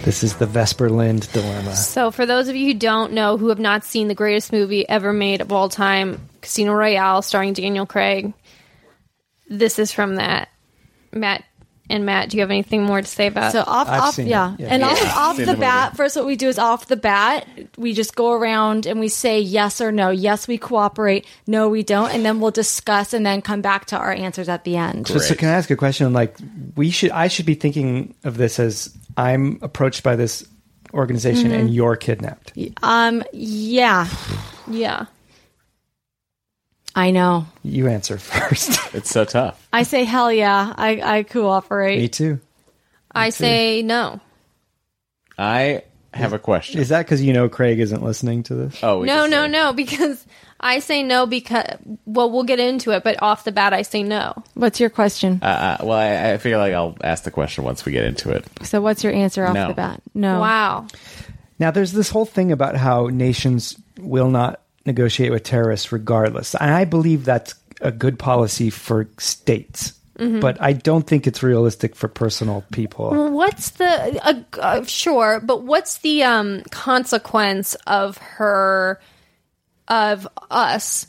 S4: This is the Vesper Lind dilemma.
S3: So, for those of you who don't know, who have not seen the greatest movie ever made of all time, Casino Royale, starring Daniel Craig, this is from that. Matt and Matt, do you have anything more to say about
S2: So off,
S4: I've
S2: off,
S4: seen
S2: yeah.
S4: it, yeah.
S2: and off, off
S5: Seen
S2: the
S5: the
S2: bat. First, what we do is off the bat, we just go around and we say yes or no. Yes, we cooperate. No, we don't. And then we'll discuss and then come back to our answers at the end.
S4: So, so
S5: Great.
S4: can I ask a question? Like we should, I should be thinking of this as I'm approached by this organization and you're kidnapped.
S2: Um, yeah,
S3: Yeah.
S2: I know.
S4: You answer [laughs] first.
S5: It's so tough.
S2: I say hell yeah. I I
S4: Me
S2: cooperate.
S4: too.
S3: I say no.
S5: I have a question.
S4: Is that because you know Craig isn't listening to this?
S5: oh we
S3: No,
S5: just
S3: no,
S5: said-
S3: no, because I say no because, well, we'll get into it, but off the bat, I say no.
S2: What's your question?
S5: Uh, uh, well, I, I feel like I'll ask the question once we get into it.
S2: so what's your answer off
S5: no.
S2: the bat?
S5: Oh.
S2: No.
S3: Wow.
S4: Now, there's this whole thing about how nations will not negotiate with terrorists regardless. And I believe that's a good policy for states. But I don't think it's realistic for personal people.
S3: What's the uh, uh, sure, but what's the um consequence of her of us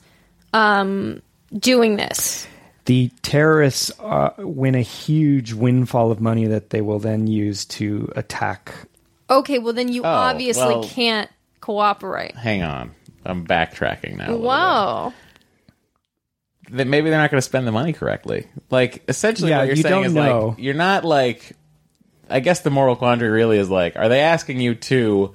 S3: um doing this?
S4: The terrorists uh, win a huge windfall of money that they will then use to attack.
S3: Okay, well then you obviously
S5: Oh, well-
S3: can't cooperate.
S5: Hang on. I'm backtracking now. a little
S3: Wow.
S5: bit. That maybe they're not going to spend the money correctly. Like essentially
S4: Yeah,
S5: what you're
S4: you
S5: saying
S4: don't
S5: is
S4: know.
S5: like you're not like I guess the moral quandary really is like are they asking you to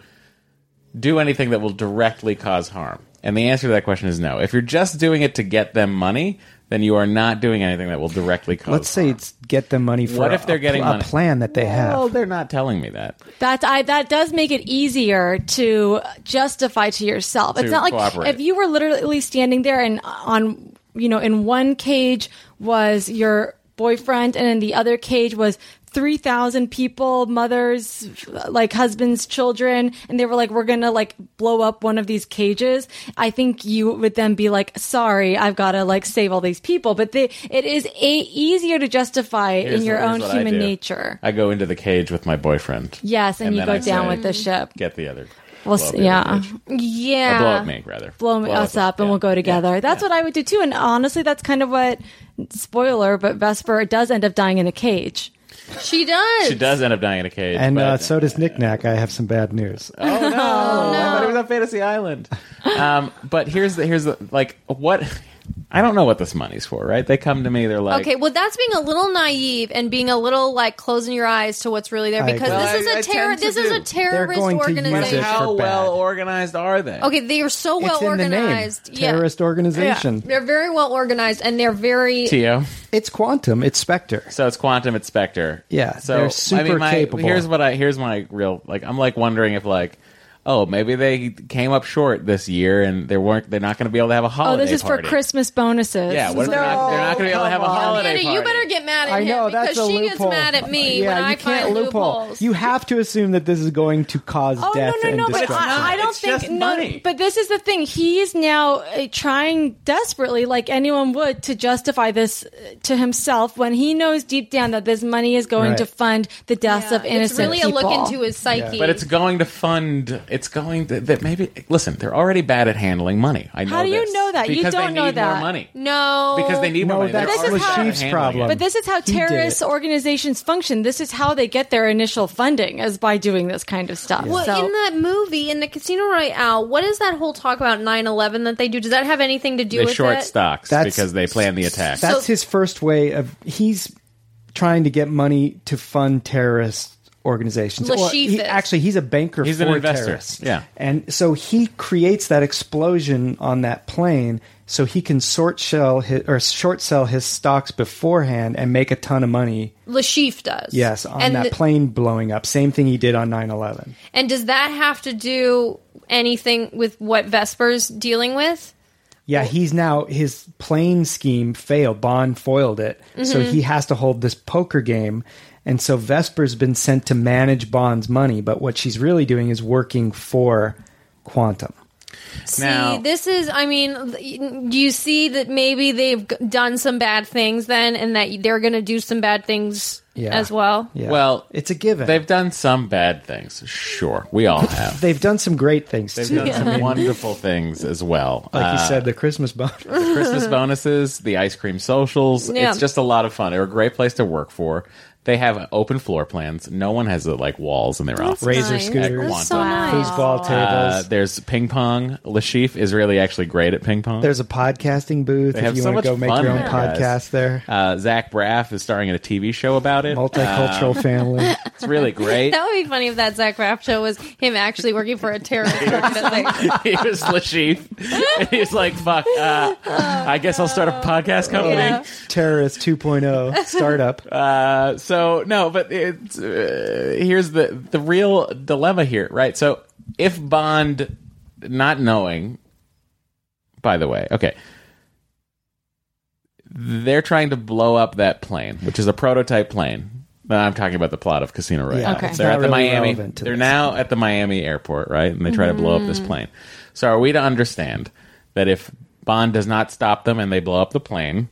S5: do anything that will directly cause harm? And the answer to that question is no. If you're just doing it to get them money, then you are not doing anything that will directly cause
S4: Let's say
S5: harm.
S4: it's get them money for
S5: Oh, What if
S4: a-
S5: they're
S4: a,
S5: getting
S4: pl- a
S5: money?
S4: plan that they have.
S5: Well, they're not telling me that.
S2: That I that does make it easier to justify to yourself. it's
S5: To
S2: not like
S5: cooperate.
S2: if you were literally standing there and on you know in one cage was your boyfriend and in the other cage was 3000 people mothers like husbands children and they were like we're going to like blow up one of these cages i think you would then be like sorry i've got to like save all these people but they it is a- easier to justify
S5: Here's
S2: in your
S5: what- here's
S2: own
S5: what I
S2: human
S5: do.
S2: nature
S5: I go into the cage with my boyfriend.
S2: Yes, and,
S5: And
S2: you
S5: then
S2: go
S5: I
S2: down
S5: say-
S2: with the ship.
S5: Get the other.
S2: Well,
S5: blow up
S2: s-
S5: the other
S2: yeah.
S5: cage.
S3: Yeah.
S5: Or blow up me rather.
S2: blow, us up, and
S5: yeah.
S2: we'll go
S5: Yeah.
S2: together. That's what I would do too. And honestly, that's kind of what spoiler, but Vesper does end up dying in a cage.
S3: She does.
S5: She does end up dying in a cage.
S4: and
S5: but-
S4: uh, so does Knick Knack. I have some bad news.
S5: [laughs] Oh no! I thought he was on Fantasy Island. [laughs] Um, but here's the here's the like what I don't know what this money's for, right? They come to me, they're like,
S3: Okay, well, that's being a little naive and being a little like closing your eyes to what's really there
S4: I
S3: because
S4: agree.
S3: this
S5: Well, I- I
S3: is a terror.
S5: tend to
S3: This is
S5: do.
S3: a
S5: They're
S3: terrorist
S4: going to use it
S3: organization.
S4: for
S5: how
S4: bad.
S5: well organized are they?
S3: Okay, they are so well
S4: it's in
S3: organized.
S4: the name. Terrorist
S3: Yeah.
S4: organization.
S3: They're very well organized and they're very.
S5: Tio.
S4: It's Quantum. It's Spectre.
S5: So it's Quantum, it's Spectre.
S4: Yeah,
S5: so
S4: they're super
S5: I mean, my,
S4: capable.
S5: Here's what I here's my real like. I'm like wondering if like. Oh, maybe they came up short this year, and they weren't. They're not going to be able to have a
S2: Oh,
S5: holiday.
S2: this is
S5: party.
S2: for Christmas bonuses.
S5: Yeah, what if they're not, they're not going to be able to have a
S4: come on.
S5: holiday
S3: Amanda,
S5: party?
S3: you better get mad at
S4: I
S3: him
S4: know that's
S3: because
S4: a
S3: she
S4: loophole.
S3: gets mad at me
S4: yeah,
S3: when
S4: you
S3: I
S4: can't
S3: find
S4: loophole.
S3: loopholes.
S4: You have to assume that this is going to cause
S2: Oh
S4: death
S2: no no
S4: and
S2: no! But
S4: destruction.
S2: I, I don't
S5: It's
S2: think
S5: just
S2: no.
S5: money.
S2: But this is the thing. He is now uh, trying desperately, like anyone would, to justify this uh, to himself when he knows deep down that this money is going
S4: Right.
S2: to fund the deaths
S3: Yeah,
S2: of innocent
S3: it's really
S2: people.
S3: a look into his psyche.
S5: But it's going to fund. It's going to, that maybe. Listen, they're already bad at handling money. I know.
S2: How do you
S5: this.
S2: know that? You
S5: Because
S2: don't
S5: they
S2: know
S5: need more
S2: that.
S5: money.
S3: no
S5: Because they need
S4: No,
S5: more money. They're
S4: that's
S5: already
S2: Lashif's
S5: bad at handling
S4: problem.
S5: it.
S2: But this is how
S4: did
S2: terrorist
S4: it.
S2: organizations function. This is how they get their initial funding is by doing this kind of stuff.
S3: Well,
S2: So-
S3: in that movie, in the Casino Royale, what is that whole talk about 9-11 that they do? Does that have anything to do
S5: They
S3: with
S5: short
S3: it?
S5: stocks
S4: That's-
S5: because they plan the attack.
S4: That's
S3: So-
S4: his first way of he's trying to get money to fund terrorist organizations. Or
S3: Lashif
S4: he-
S3: is.
S4: actually, he's a banker.
S5: He's
S4: for
S5: an investor.
S4: Terrorists.
S5: Yeah.
S4: and so he creates that explosion on that plane so he can sort shell his, or short sell his stocks beforehand and make a ton of money.
S3: Lashif does.
S4: Yes, on
S3: and the-
S4: that plane blowing up. Same thing he did on 9-11.
S3: And does that have to do anything with what Vesper's dealing with?
S4: Yeah, he's now his plane scheme failed. Bond foiled it, so
S3: Mm-hmm.
S4: he has to hold this poker game. And so Vesper's been sent to manage Bond's money, but what she's really doing is working for Quantum.
S3: See,
S5: Now-
S3: this is, I mean, do you see that maybe they've g- done some bad things then and that they're going to do some bad things
S4: Yeah.
S3: as well?
S4: Yeah.
S5: Well,
S4: it's a given.
S5: They've done some bad things. Sure, we all have.
S4: They've done some great things
S5: They've
S4: too.
S5: done some wonderful things as well.
S4: like
S5: Uh,
S4: you said, the
S3: [laughs]
S4: Christmas bonus.
S5: the [laughs] Christmas bonuses, the ice cream socials.
S3: Yeah.
S5: It's just a lot of fun. They're a great place to work for. They have open floor plans. No one has uh, like walls in their office.
S4: Razor
S3: nice.
S4: scooters,
S5: That's
S3: so nice.
S4: foosball
S5: Uh,
S4: tables.
S5: there's ping pong. Lashif is really actually great at ping pong.
S4: There's a podcasting booth
S5: have
S4: if you
S5: so
S4: want
S5: much
S4: to go make
S5: fun
S4: your own
S5: there, guys.
S4: podcast there.
S5: uh, Zach Braff is starring in a TV show about it.
S4: Multicultural
S5: um, [laughs]
S4: family.
S5: It's
S3: [laughs]
S5: really great.
S3: That would be funny if that Zach Raff show was him actually working for a terrorist
S5: [laughs]
S3: organization.
S5: he was Lashif. and [laughs] he's like, "Fuck, uh, I guess I'll start a podcast company."
S3: Yeah.
S4: Terrorist 2.0 startup.
S5: Uh, so no, but it's uh, here's the the real dilemma here, right? So if Bond, not knowing, by the way, okay, they're trying to blow up that plane, which is a prototype plane. Now, I'm talking about the plot of Casino Royale.
S4: Yeah,
S2: Okay. it's
S5: They're
S4: not
S5: at the
S4: really
S5: Miami.
S4: relevant to
S5: They're
S4: this. Mm.
S5: now at the Miami airport, right? And they try to blow up this plane. So are we to understand that if Bond does not stop them and they blow up the plane,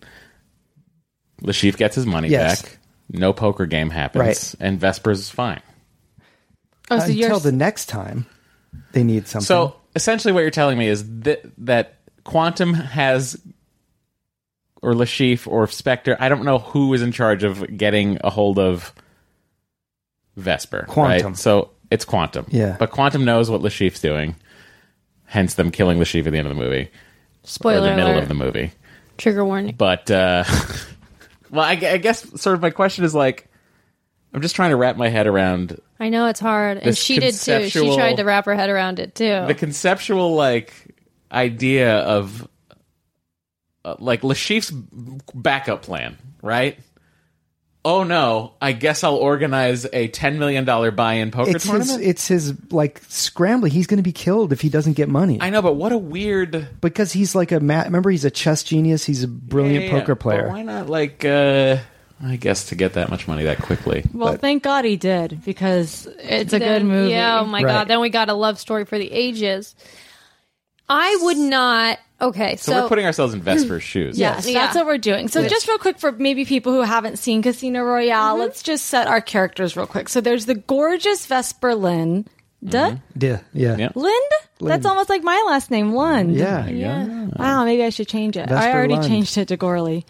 S5: Lashif gets his money
S4: Yes.
S5: back. No poker game happens,
S4: Right.
S5: and Vesper's fine.
S2: Oh, so
S4: until
S2: you're
S4: the next time they need something.
S5: So essentially, what you're telling me is th- that Quantum has, or Lashif or Spectre. I don't know who is in charge of getting a hold of Vesper.
S4: Quantum.
S5: Right? So it's Quantum.
S4: Yeah.
S5: But Quantum knows what Lashif's doing. Hence, them killing Lashif at the end of the movie, or
S3: Spoiler
S5: the middle
S3: alert.
S5: of the movie.
S3: Trigger warning.
S5: But uh, [laughs] well, I, gu- I guess sort of my question is like, I'm just trying to wrap my head around
S3: I know it's hard, and
S5: This
S3: she did too. She
S5: conceptual-
S3: tried to wrap her head around it too.
S5: the conceptual like idea of uh, like Lashif's backup plan, right? Oh no, I guess I'll organize a $10 million buy-in poker
S4: it's his,
S5: tournament.
S4: it's his like scrambling. He's going to be killed if he doesn't get money
S5: I know, but what a weird
S4: because he's like a ma- remember he's a chess genius. He's a brilliant
S5: Yeah,
S4: poker
S5: but
S4: player.
S5: why not like uh I guess to get that much money that quickly.
S2: well. Thank God he did because it's a good
S3: Then-
S2: movie.
S3: Yeah, oh my
S4: Right.
S3: god. Then we got a love story for the ages. I would not. Okay,
S5: So,
S3: so,
S5: we're putting ourselves in Vesper's shoes.
S2: Yes,
S3: Yeah.
S2: that's what we're doing. So, just real quick for maybe people who haven't seen Casino Royale,
S3: Mm-hmm.
S2: let's just set our characters real quick. So, there's the gorgeous Vesper Lynn. Duh?
S4: Yeah, yeah,
S5: Yeah.
S2: Lind? That's almost like my last name, Lund.
S4: yeah.
S2: Wow, maybe I should change it. I
S4: Vesper
S2: already
S4: Uh, Lund.
S2: changed it to Gorley.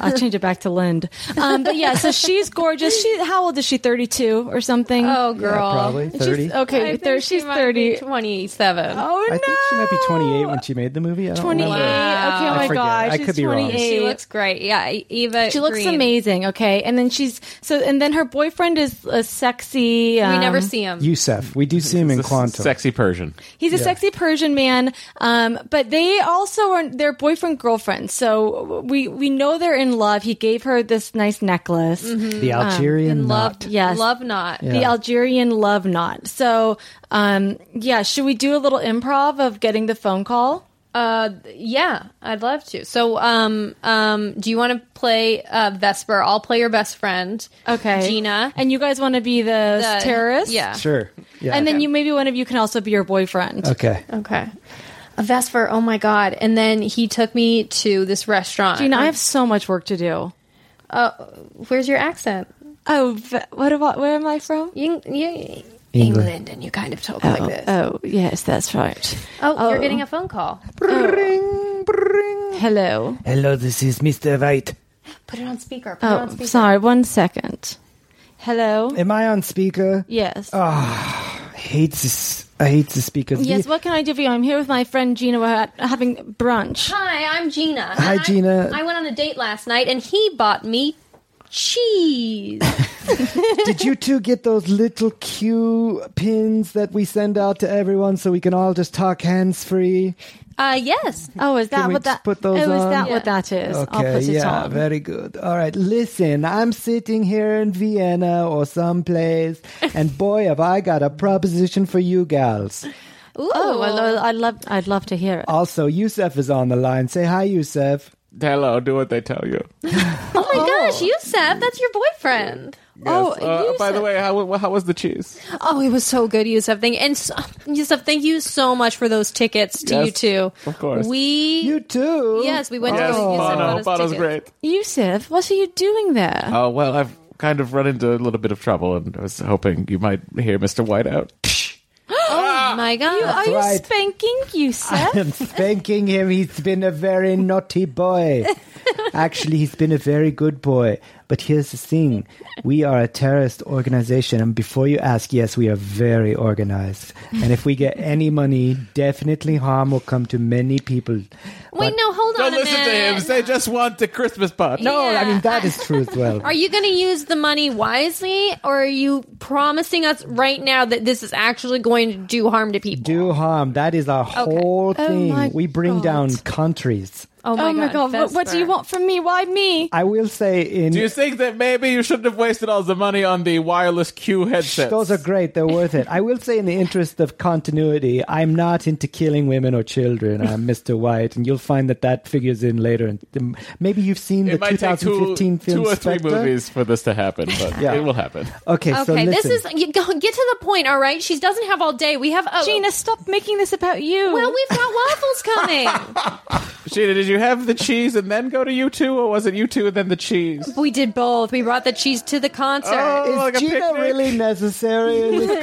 S2: I'll change it back to Lind. Um, but yeah, so she's gorgeous. She how old is she? Thirty two or something?
S3: oh girl,
S4: Probably
S2: She's- oh,
S4: thirty.
S3: I
S2: okay,
S3: think
S2: there,
S3: she
S2: she's
S3: might
S2: thirty.
S3: be twenty-seven.
S2: oh no,
S4: I think she might be twenty-eight when she made the movie. I don't
S2: twenty eight.
S4: remember.
S2: Okay, oh
S4: I
S2: my
S4: forget.
S2: gosh,
S4: I
S2: she's
S4: could be wrong.
S2: twenty eight.
S3: she looks great. Yeah, E-, Eva.
S2: She looks
S3: Green.
S2: amazing. Okay, and then she's so, and then her boyfriend is a sexy.
S3: We
S2: um,
S3: never see him.
S4: Yusef. We do see him in
S5: This
S4: Quantum.
S5: Sexy Persian.
S2: He's a sexy Persian man, um, but they also are their boyfriend girlfriend. So we we know they're in love. He gave her this nice necklace.
S4: the Algerian
S3: love,
S4: knot.
S2: Yes.
S3: love not.
S2: The Algerian love knot. So, um, yeah, should we do a little improv of getting the phone call?
S3: Uh, yeah, I'd love to. So, um, um, do you want to play uh, Vesper? I'll play your best friend.
S2: Okay,
S3: Gina.
S2: and you guys want to be the,
S3: The-
S2: terrorist?
S3: Yeah.
S4: Sure. Yeah.
S2: and then you maybe one of you can also be your boyfriend.
S4: Okay.
S3: Okay. A Vesper, oh my god. And then he took me to this restaurant.
S2: Gina, I have so much work to do.
S3: Where's your accent?
S2: Oh, v- what about where am I from?
S3: Eng- you- England, and you kind of talk like this.
S2: Oh, yes, that's right.
S3: oh, you're getting a phone call.
S2: Hello.
S4: Hello, this is Mr. White.
S3: Put it on speaker. Put it
S2: Oh,
S3: on speaker.
S2: sorry, one second. Hello.
S4: Am I on speaker?
S2: Yes.
S3: Ah,
S4: I hate this. I hate the speaker.
S2: yes, what can I do for you? I'm here with my friend Gina. We're at- having brunch.
S3: Hi, I'm Gina.
S4: Hi,
S3: And I-
S4: Gina.
S3: I went on a date last night, and he bought me
S5: [laughs]
S3: cheese.
S4: Did you two get those little cue pins that we send out to everyone so we can all just talk hands free?
S3: uh, yes.
S2: Oh, is that
S4: we
S2: what
S4: just
S2: that?
S4: put those
S2: oh, is that
S4: on?
S2: what that is? I'll
S4: Okay,
S2: put it
S4: yeah,
S2: on.
S4: very good. All right, listen, I'm sitting here in Vienna or someplace,
S2: [laughs]
S4: and boy, have I got a proposition for you gals.
S3: Ooh.
S2: Oh, I lo- I'd love, I'd love to hear it.
S4: Also, Yusef is on the line. Say hi, Yusef.
S5: Hello, do what they tell you.
S3: oh my gosh, you said that's your boyfriend.
S2: Oh,
S5: Uh, by the
S2: Yusuf.
S5: way, how, how was the cheese?
S3: Oh, it was so good, Yusuf. Thank and so, Yusuf, thank you so much for those tickets to
S5: Yes,
S3: you too.
S5: of course.
S3: We
S4: You too?
S3: yes, we went
S5: Yes,
S3: to Yusuf.
S5: Bono.
S3: bought us
S5: Bono's
S3: tickets.
S5: great.
S2: Yusuf, what are you doing there?
S4: Uh,
S5: Oh, well, I've kind of run into a little bit of trouble, and I was hoping you might hear Mr. White [gasps] out. Ah,
S3: Oh my god!
S2: Are you
S4: right.
S2: spanking Yusuf?
S4: [laughs] I'm spanking him. He's been a very naughty boy. Actually, he's been a very good boy. But here's the thing we are a terrorist organization. And before you ask, yes, we are very organized. And if we get any money, definitely harm will come to many people.
S3: Wait, no, hold on.
S5: Don't
S3: a
S5: listen to
S3: minute.
S5: him. They just want the Christmas pot.
S4: No,
S3: Yeah.
S4: I mean, that is true as well.
S3: Are you going to use the money wisely, or are you promising us right now that this is actually going to do harm to people?
S4: Do harm. That is our whole
S2: Oh
S4: thing.
S2: my
S4: we bring
S2: God.
S4: down countries.
S3: oh my god!
S2: What, what do you
S3: Vesper.
S2: want from me? Why me?
S4: I will say in
S5: Do you think that maybe you shouldn't have wasted all the money on the wireless Q headsets?
S4: Those are great. They're worth it. I will say, in the interest of continuity, I'm not into killing women or children. I'm Mr. White, and you'll find that that figures in later. And um, maybe you've seen
S5: It
S4: the
S5: might take two,
S4: 2015 film
S5: two or three
S4: Spectre.
S5: movies for this to happen, but
S4: Yeah.
S5: it will happen.
S4: Okay, so
S3: Okay, this
S4: listen.
S3: is you go, get to the point. All right, she doesn't have all day. We have oh,
S2: Gina, stop making this about you.
S3: Well, we've got waffles coming.
S5: Gina, did you have the cheese and then go to you two, or was it you two and then the cheese?
S3: [laughs] We did both. We brought the cheese to the concert.
S5: Oh, like a
S4: Gina
S5: picnic.
S4: really necessary in
S3: [laughs]
S4: this
S3: yes, I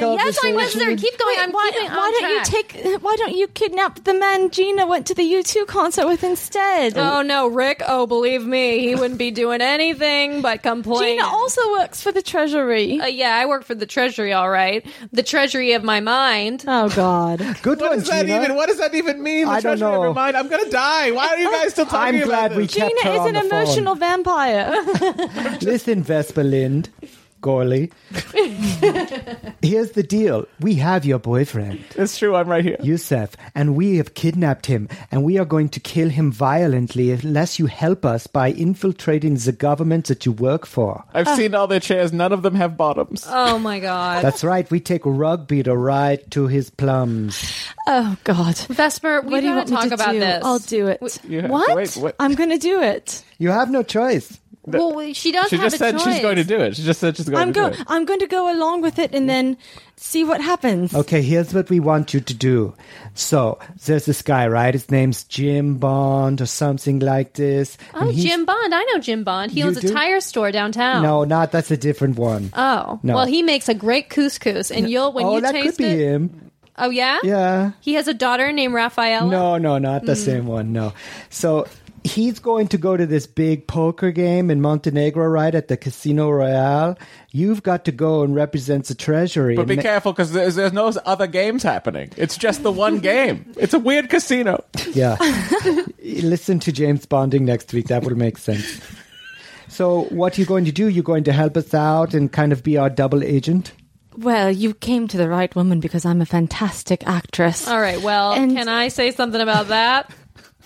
S4: conversation?
S3: was there. Keep going. I'm
S2: why
S3: keeping on
S2: why don't
S3: track.
S2: you take? Why don't you kidnap the man Gina went to the U2 concert with instead?
S3: Oh no, Rick! Oh, believe me, he wouldn't be doing anything but complain.
S2: Gina also works for the Treasury.
S3: Uh, yeah, I work for the Treasury, all right. The Treasury of my mind.
S2: oh God.
S4: Good
S5: What
S4: one,
S5: does that
S4: Gina.
S5: even? What does that even mean? The
S4: I don't
S5: treasure of
S4: know.
S5: your mind. I'm gonna die. Why are you guys still
S4: I'm
S5: talking about
S4: glad we
S5: this?
S4: kept
S2: Gina
S4: her
S2: is
S4: on
S2: an
S4: the phone.
S2: emotional vampire. [laughs]
S4: Listen, Vespa Lind,
S3: [laughs]
S4: Gorley. Here's the deal. We have your boyfriend,
S5: It's true. I'm right here.
S4: Yusef, and we have kidnapped him, and we are going to kill him violently unless you help us by infiltrating the government that you work for.
S5: I've seen all their chairs. None of them have bottoms.
S3: Oh my god.
S5: [laughs]
S4: That's right, we take rugby to right to his plums.
S2: oh God.
S3: Vesper, we
S2: what do you want
S3: gotta
S2: me
S3: talk
S2: to
S3: about
S2: do?
S3: this.
S2: I'll do it.
S5: You have-
S2: what?
S5: wait, what?
S2: I'm going to do it.
S4: You have no choice.
S3: Well, she does
S5: she
S3: have
S5: just
S3: a
S5: said
S3: choice.
S5: she's going to do it. She just said she's going
S2: I'm
S5: to
S2: go.
S5: do it.
S2: I'm going to go along with it and then see what happens.
S4: Okay, here's what we want you to do. So, there's this guy, right? His name's Jim Bond or something like this. and
S3: Oh,
S4: he's-
S3: Jim Bond. I know Jim Bond. He
S4: You
S3: owns a
S4: do?
S3: tire store downtown.
S4: No, not that's a different one.
S3: Oh.
S4: No.
S3: Well, he makes a great couscous, and you'll when
S4: oh,
S3: you
S4: that
S3: taste
S4: could be
S3: it.
S4: him.
S3: Oh yeah.
S4: Yeah.
S3: He has a daughter named Rafaela.
S4: No, no, not the same one. No. So he's going to go to this big poker game in Montenegro, right at the Casino Royale. You've got to go and represent the treasury.
S5: But be
S4: And-
S5: careful because there's, there's no other games happening. It's just the one game. It's a weird casino. [laughs]
S4: yeah. Listen to James Bonding next week. That will make sense. So what are you going to do? You're going to help us out and kind of be our double agent?
S2: Well, you came to the right woman because I'm a fantastic actress.
S3: All right. Well,
S2: And-
S3: can I say something about
S4: [laughs]
S3: that?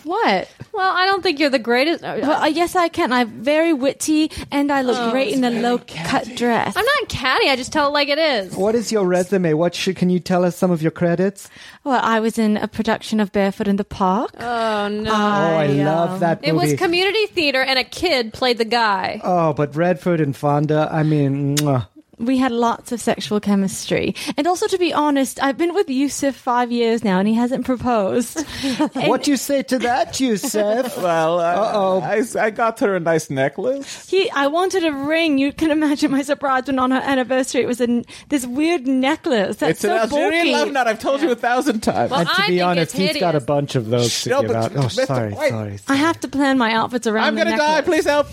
S2: What?
S3: well, I don't think you're the greatest.
S2: Well, uh, yes, I can. I'm very witty, and I
S3: Oh,
S2: look great in a low-cut dress.
S3: I'm not catty. I just tell it like it is.
S4: What is your resume? What should, can you tell us some of your credits?
S2: well, I was in a production of Barefoot in the Park.
S3: Oh no.
S4: oh, I love
S2: um,
S4: that movie.
S3: it was community theater, and a kid played the guy.
S4: oh, but Redford and Fonda, I mean, mwah.
S2: we had lots of sexual chemistry, and also to be honest, I've been with Yusuf five years now, and he hasn't proposed.
S4: what do you say to that, Yusef?
S5: Well, uh, I, I got her a nice necklace.
S2: He, I wanted a ring. You can imagine my surprise when on her anniversary it was an, this weird necklace. That's
S5: it's
S2: so
S5: an Algerian
S2: bulky.
S5: love knot. I've told you a thousand times.
S3: Well,
S4: And to
S3: I
S4: be
S3: think
S4: honest,
S3: it's
S4: he's got a
S3: hideous.
S4: bunch of those to
S5: No,
S4: give
S5: but
S4: out. Oh,
S5: Mr.
S4: sorry,
S5: White.
S4: sorry,
S2: I
S4: sorry.
S2: have to plan my outfits around.
S5: I'm
S2: the
S5: gonna die.
S2: necklace.
S5: Please help.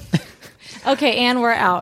S2: Okay, Anne, we're out.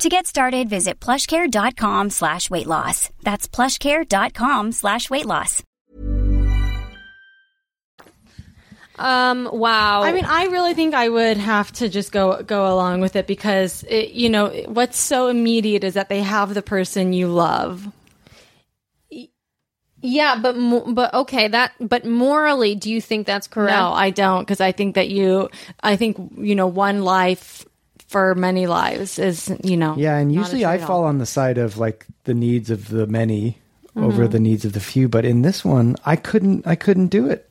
S6: To get started, visit plushcare.com slash weight loss. That's plushcare.com slash weight loss.
S3: Um. Wow.
S2: I mean, I really think I would have to just go go along with it because it, you know what's so immediate is that they have the person you love.
S3: yeah, but mo- but okay. That but morally, do you think that's correct?
S2: No, I don't because I think that you. I think you know one life for many lives is you know.
S4: Yeah, and
S2: not a
S4: usually I
S2: trade-off.
S4: fall on the side of like the needs of the many
S2: Mm-hmm.
S4: over the needs of the few, but in this one, I couldn't. I couldn't do it.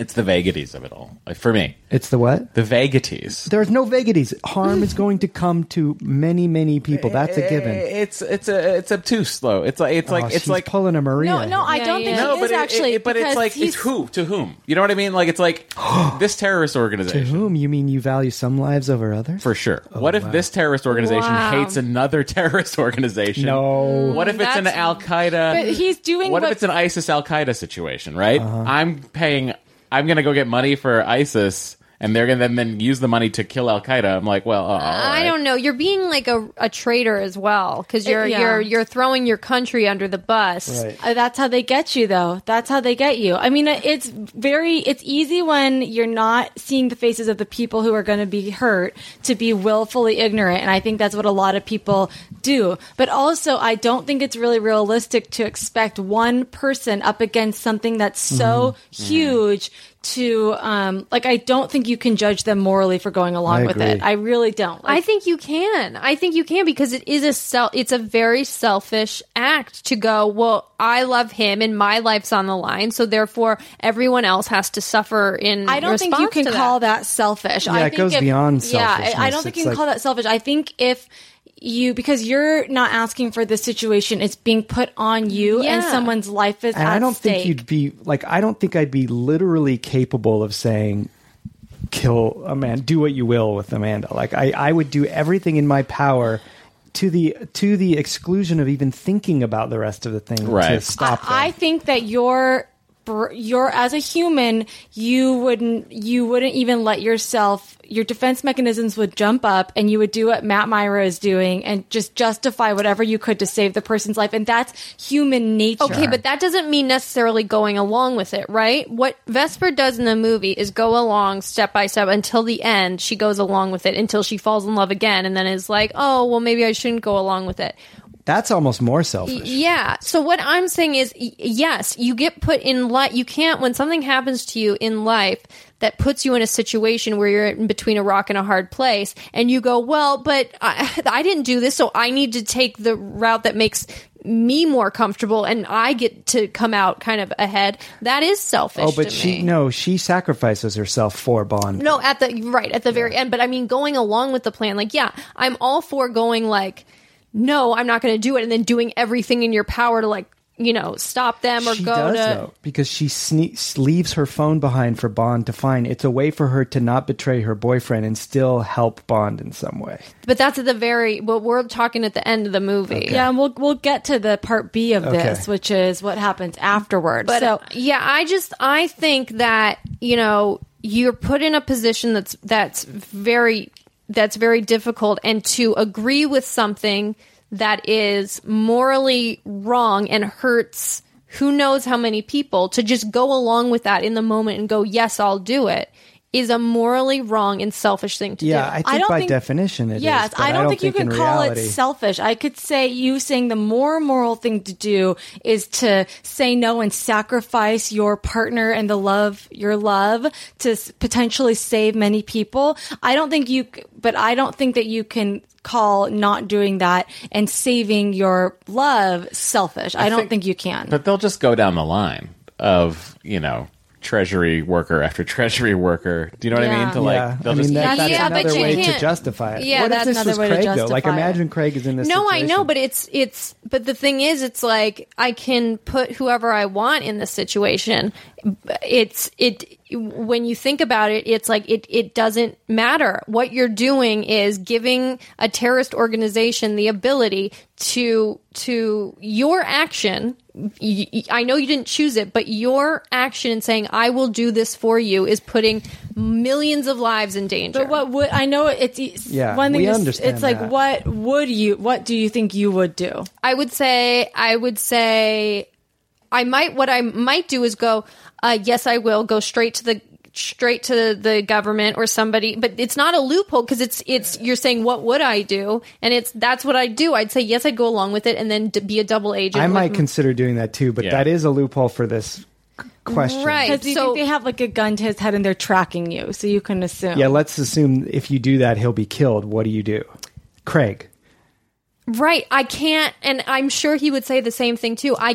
S5: It's the vagaries of it all. Like for me,
S4: It's the what?
S5: the vagaries.
S4: There's no vagaries. Harm is going to come to many, many people. That's a given.
S5: It's it's a it's obtuse though. It's like it's like
S4: Oh,
S5: it's
S4: she's
S5: like
S4: pulling a Maria.
S2: No, no, I
S3: Yeah,
S2: don't
S3: yeah.
S2: think
S3: No,
S2: it is actually.
S5: but it's
S2: because
S5: like
S2: he's-
S5: it's who to whom. You know what I mean? Like it's like this terrorist
S4: to
S5: organization.
S4: whom you mean you value some lives over others?
S5: For sure.
S4: Oh,
S5: what if this terrorist organization
S3: Wow.
S5: hates another terrorist [laughs] organization?
S4: No.
S5: What if it's an
S3: That's-
S5: Al
S2: But
S5: Qaeda?
S2: he's doing
S5: What
S2: what,
S5: if it's an ISIS Al Qaeda situation? Right?
S4: Uh-huh.
S5: I'm paying. I'm gonna go get money for ISIS, and they're gonna then, then use the money to kill Al Qaeda. I'm like, well, oh, all
S3: I
S5: right.
S3: don't know. You're being like a, a traitor as well because you're
S2: Uh, yeah.
S3: you're you're throwing your country under the bus.
S4: Right.
S2: Uh, that's how they get you, though. That's how they get you. I mean, uh, it's very, it's easy when you're not seeing the faces of the people who are going to be hurt to be willfully ignorant. And I think that's what a lot of people do. But also, I don't think it's really Mm-hmm. realistic to expect one person up against something that's so huge to um, like I don't think you can judge them morally for going along
S4: I
S2: with
S4: agree.
S2: it. I really don't. Like,
S3: I think you can. I think you can because it is a self. It's a very selfish act to go. Well, I love him, and my life's on the line, so therefore everyone else has to suffer in.
S2: I don't think you
S3: response
S2: can
S3: to
S2: call that selfish.
S4: Yeah,
S2: I
S4: it
S2: think
S4: goes
S2: if-
S4: beyond
S2: Yeah, I- I
S4: selfishness.
S2: don't think
S4: It's
S2: you can
S4: like-
S2: call that selfish. I think if you because you're not asking for this situation, it's being put on you, and
S3: Yeah.
S2: someone's life is.
S4: and
S2: at
S4: I don't
S2: stake.
S4: think you'd be like I don't think I'd be literally capable of saying kill a man, do what you will with Amanda. Like I, I would do everything in my power to the to the exclusion of even thinking about the rest of the thing to
S5: Right.
S4: stop them.
S2: I, I think that your br- your as a human, you wouldn't you wouldn't even let yourself. Your defense mechanisms would jump up, and you would do what Matt Myra is doing, and just justify whatever you could to save the person's life, and that's human nature.
S3: Okay, but that doesn't mean necessarily going along with it, right? What Vesper does in the movie is go along step by step until the end. She goes along with it until she falls in love again and then is like, oh, well, maybe I shouldn't go along with it.
S4: That's almost more selfish.
S3: Yeah. So what I'm saying is, y- yes, you get put in life. You can't when something happens to you in life that puts you in a situation where you're in between a rock and a hard place, and you go, well, but I, [sighs] I didn't do this, so I need to take the route that makes me more comfortable, and I get to come out kind of ahead. That is selfish.
S4: Oh, but
S3: to
S4: she
S3: me.
S4: no, she sacrifices herself for Bond.
S3: No, at the right at the very end. But I mean, going along with the plan, like, yeah, I'm all for going like, no, I'm not going to do it, and then doing everything in your power to like, you know, stop them or
S4: she
S3: go
S4: does
S3: to.
S4: though, because she sne- leaves her phone behind for Bond to find. It's a way for her to not betray her boyfriend and still help Bond in some way.
S3: But that's at the very. But we're talking at the end of the movie.
S2: Yeah, and we'll we'll get to the part B of this,
S4: Okay.
S2: which is what happens afterwards.
S3: But uh,
S2: so
S3: yeah, I just I think that you know you're put in a position that's that's very that's very difficult, and to agree with something that is morally wrong and hurts who knows how many people to just go along with that in the moment and go yes I'll do it is a morally wrong and selfish thing to
S4: Yeah,
S3: do.
S4: I think by definition it is.
S2: yes,
S4: but
S2: I don't, think, you
S4: in
S2: can call
S4: reality-
S2: it selfish. I could say you saying the more moral thing to do is to say no and sacrifice your partner and the love, your love, to s- potentially save many people. I don't think you, c- but I don't think that you can call not doing that and saving your love selfish. I, don't think, you can.
S5: But they'll just go down the line of, you know, treasury worker after [laughs] treasury worker. Do you know what I
S2: Yeah.
S5: mean? To like,
S4: yeah,
S5: they'll
S4: I mean
S5: just
S4: that, that's
S3: Yeah, but
S4: another
S3: you
S4: way to
S3: can't-
S4: justify it.
S3: Yeah,
S4: what
S3: that's
S4: if this was
S2: another way to
S4: Craig though? Like,
S2: justify it.
S4: imagine Craig is in this.
S3: No, I know,
S4: situation.
S3: but it's it's but the thing is, it's like I can put whoever I want in this situation. It's it when you think about it, it's like it it doesn't matter. What you're doing is giving a terrorist organization the ability to to your action. y- y- I know you didn't choose it, but your action in saying "I will do this for you" is putting millions of lives in danger.
S2: But what would I know? It's e-
S4: Yeah,
S2: one thing.
S4: we
S2: is-
S4: understand
S2: it's like
S4: that.
S2: what would you? What do you think you would do?
S3: I would say I would say I might what I might do is go uh, yes I will go straight to the straight to the government or somebody but it's not a loophole because it's it's you're saying what would I do and it's that's what I do I'd say yes I'd go along with it and then d- be a double agent
S4: I
S3: with-
S4: might consider doing that too, but
S5: Yeah.
S4: that is a loophole for this c- question.
S3: Right.
S2: Because you
S3: So-
S2: think they have like a gun to his head and they're tracking you, so you can assume.
S4: Yeah, let's assume if you do that, he'll be killed. What do you do, Craig?
S3: Right. I can't, and I'm sure he would say the same thing too. I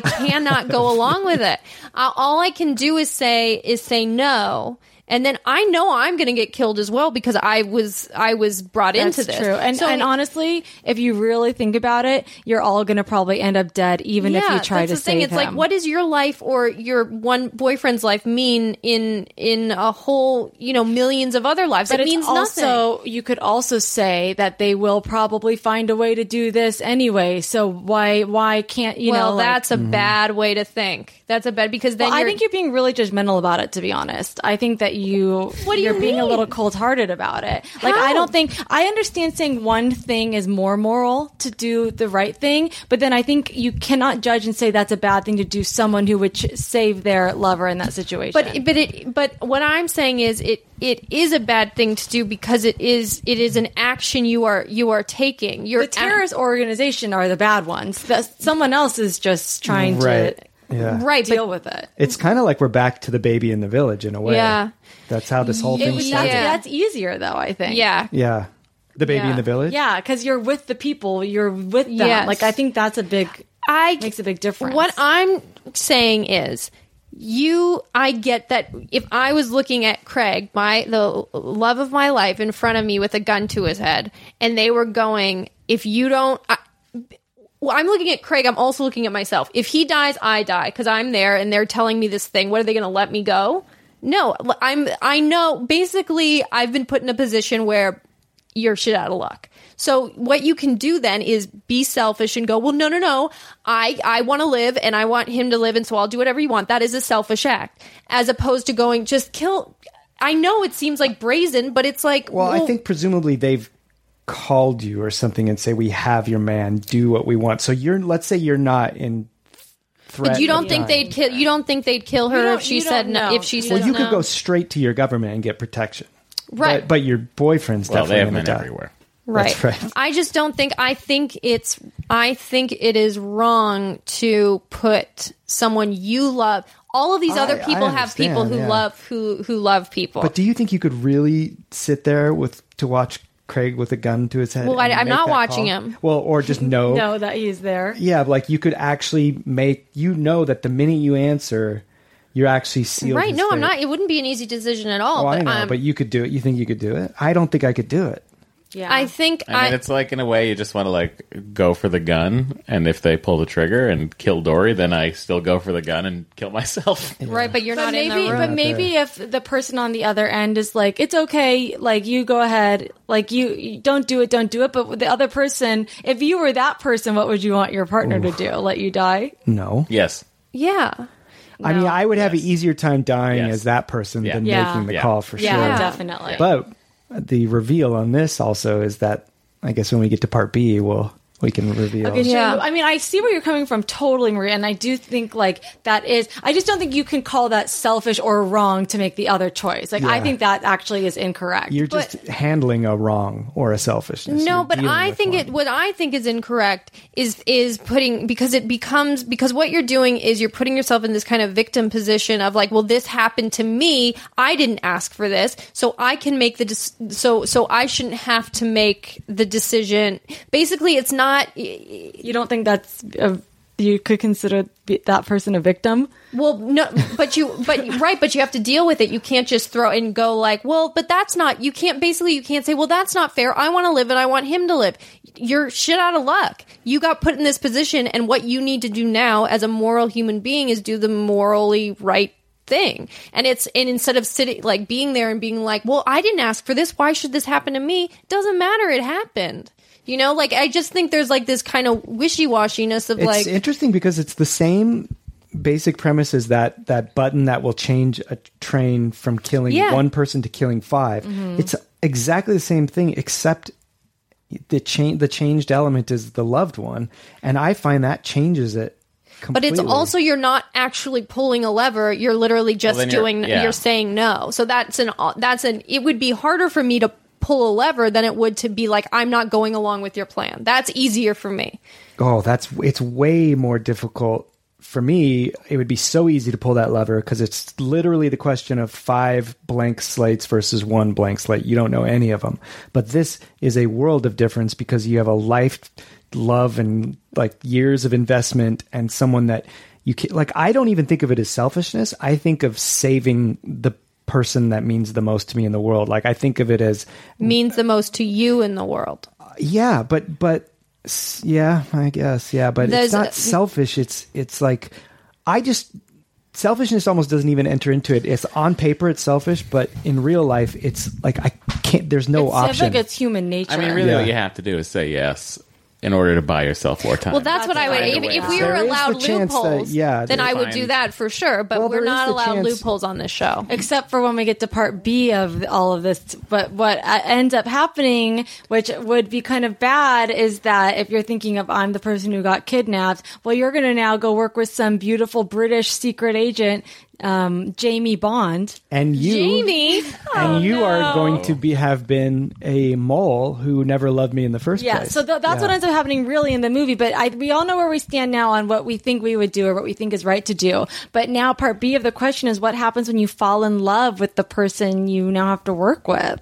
S2: [laughs]
S3: cannot go along with it. Uh, all I can do is say is say no, and then I know I'm going to get killed as well because I was I was brought
S2: That's
S3: into this.
S2: true. And,
S3: So-
S2: and honestly, if you really think about it, you're all going to probably end up dead, even if you try
S3: that's
S2: to
S3: the thing.
S2: save
S3: It's like,
S2: him.
S3: what does your life or your one boyfriend's life mean in in a whole you know millions of other lives?
S2: But
S3: it
S2: it's
S3: means nothing.
S2: also you could also say that they will probably find a way to do this anyway. So why why can't you
S3: well,
S2: know? like-
S3: that's a bad way to think. That's a bad because then
S2: Well, I
S3: you're,
S2: think you're being really judgmental about it. To be honest, I think that you
S3: What do you
S2: are being a
S3: mean?
S2: little cold-hearted about it. Like
S3: How?
S2: I don't think I understand saying one thing is more moral to do the right thing, but then I think you cannot judge and say that's a bad thing to do someone who would ch- save their lover in that situation.
S3: But but it but what I'm saying is it it is a bad thing to do because it is it is an action you are you are taking. You're
S2: the terrorist organization are the bad ones. That someone else is just trying
S4: Right.
S2: to
S4: Yeah.
S3: right
S2: deal
S3: but
S2: with it.
S4: It's kind of like we're back to the baby in the village in a way.
S3: Yeah.
S4: That's how this whole thing
S2: It was-
S4: started.
S2: that's, that's easier though, I think.
S3: yeah
S4: Yeah. The baby in the village?
S2: Yeah, because you're with the people, you're with them.
S3: Yes.
S2: Like I think that's a big
S3: I
S2: makes a big difference.
S3: What I'm saying is, you, I get that if I was looking at Craig, my the love of my life, in front of me with a gun to his head, and they were going, if you don't. I, well, I'm looking at Craig. I'm also looking at myself. If he dies, I die because I'm there, and they're telling me this thing. What are they going to let me go? No, l- I'm. I know. Basically, I've been put in a position where you're shit out of luck. So what you can do then is be selfish and go, well, no, no, no. I I want to live, and I want him to live, and so I'll do whatever you want. That is a selfish act, as opposed to going just kill. I know it seems like brazen, but it's like
S4: Well, I think presumably they've called you or something and say, we have your man, do what we want. So you're, let's say you're not in threat.
S3: But you don't
S4: of
S3: think
S4: dying.
S3: they'd kill? You don't think they'd kill
S2: You
S3: her
S2: don't-
S3: if she
S2: you don't
S3: said no?
S2: know.
S3: If she
S2: You
S3: said
S4: Well, you
S3: no?
S4: could go straight to your government and get protection.
S3: Right.
S4: But, but your boyfriend's
S5: Well, they
S4: definitely
S5: have
S4: going
S5: men
S4: to die.
S5: everywhere.
S3: Right.
S4: That's right.
S3: I just don't think I think it's I think it is wrong to put someone you love all of these
S4: I-
S3: other
S4: I
S3: people have people
S4: understand,
S3: who
S4: yeah.
S3: love who who love people.
S4: But do you think you could really sit there with to watch Craig with a gun to his head?
S3: Well, I-
S4: and
S3: I'm
S4: make
S3: not
S4: that
S3: watching
S4: call?
S3: him.
S4: Well, or
S3: [laughs]
S4: just know.
S2: know that he's there.
S4: Yeah, like you could actually make you know that the minute you answer, you're actually sealed.
S3: right,
S4: his
S3: no, I'm
S4: fate.
S3: not it wouldn't be an easy decision at all.
S4: Oh,
S3: but um,
S4: I know,
S3: I'm-
S4: but you could do it. You think you could do it? I don't think I could do it.
S2: Yeah.
S3: I think
S5: I mean,
S3: I,
S5: it's like in a way you just want to like go for the gun, and if they pull the trigger and kill Dory, then I still go for the gun and kill myself. [laughs]
S3: right, but you're
S2: but
S3: not
S2: maybe,
S3: in the room.
S2: but maybe if the person on the other end is like, "It's okay, like you go ahead, like you, you don't do it, don't do it." But with the other person, if you were that person, what would you want your partner to do? Let you die?
S4: No.
S5: Yes,
S3: yeah.
S4: I mean, I would have an easier time dying
S5: Yes.
S4: as that person
S5: Yeah.
S4: than
S2: Yeah.
S4: making the
S5: Yeah.
S4: call for
S2: Yeah,
S4: sure.
S2: definitely.
S4: But the reveal on this also is that I guess when we get to part B, we'll we can reveal.
S2: Okay,
S3: Yeah.
S2: sure. I mean, I see where you're coming from totally, Maria, and I do think like that is. I just don't think you can call that selfish or wrong to make the other choice. Like, I
S4: Yeah.
S2: think that actually is incorrect.
S4: You're just handling a wrong or a selfishness.
S3: No,
S4: You're
S3: but
S4: dealing
S3: I
S4: with
S3: think
S4: one.
S3: it. What I think is incorrect is is putting because it becomes because what you're doing is you're putting yourself in this kind of victim position of like, well, this happened to me. I didn't ask for this, so I can make the dec- so so I shouldn't have to make the decision. Basically, it's not
S2: you don't think that's a, you could consider be- that person a victim?
S3: Well, no, but you, but right, but you have to deal with it. You can't just throw and go like, well, but that's not. You can't basically. You can't say, well, that's not fair. I want to live and I want him to live. You're shit out of luck. You got put in this position, and what you need to do now as a moral human being is do the morally right thing. And it's and instead of sitting like being there and being like, well, I didn't ask for this. Why should this happen to me? Doesn't matter. It happened. You know, like I just think there's like this kind of wishy washiness of
S4: It's
S3: like
S4: interesting because it's the same basic premise as that that button that will change a train from killing
S3: Yeah. Mm-hmm.
S4: one person to killing 5 It's exactly the same thing, except the change the changed element is the loved one, and I find that changes it.
S3: But
S4: Completely.
S3: it's also you're not actually pulling a lever. You're literally just
S5: then you're-
S3: doing. You're,
S5: yeah.
S3: saying no. So that's an. That's an. It would be harder for me to pull a lever than it would to be like I'm not going along with your plan. That's easier for me.
S4: oh, that's it's way more difficult for me. It would be so easy to pull that lever because it's literally the question of five blank slates versus one blank slate. You don't know any of them, but this is a world of difference because you have a life, love, and like years of investment, and someone that you can, like. I don't even think of it as selfishness. I think of saving the person that means the most to me in the world. Like I think of it as
S3: Means the most to you in the world.
S4: yeah but but s- yeah i guess yeah but
S3: There's
S4: it's not
S3: a-
S4: selfish it's it's like i just selfishness almost doesn't even enter into it it's on paper it's selfish but in real life it's like i can't there's no
S2: it's, I
S4: option
S2: feel like it's human nature.
S5: I mean, really,
S4: Yeah.
S5: what you have to do is say yes in order to buy yourself more time.
S3: Well, that's, what I would.
S5: Find a
S3: If,
S5: way
S3: if
S5: out.
S3: we
S5: There
S3: were
S4: is the
S3: allowed
S4: chance that-
S3: loopholes,
S4: yeah,
S3: then
S4: there's-
S3: I would do that for sure. But
S4: Well,
S3: we're
S4: there is
S3: not
S4: the
S3: allowed
S4: chance-
S3: loopholes on this show.
S2: except for when we get to part B of all of this. But what uh, ends up happening, which would be kind of bad, is that if you're thinking of I'm the person who got kidnapped, well, you're going to now go work with some beautiful British secret agent um, Jamie Bond. Oh,
S4: And you,
S3: Jamie.
S4: and you are going to be have been a mole who never loved me in the first
S2: Yeah,
S4: place.
S2: so th- that's what
S4: Yeah.
S2: ends up happening really in the movie. But I, we all know where we stand now on what we think we would do or what we think is right to do. But now, part B of the question is what happens when you fall in love with the person you now have to work with?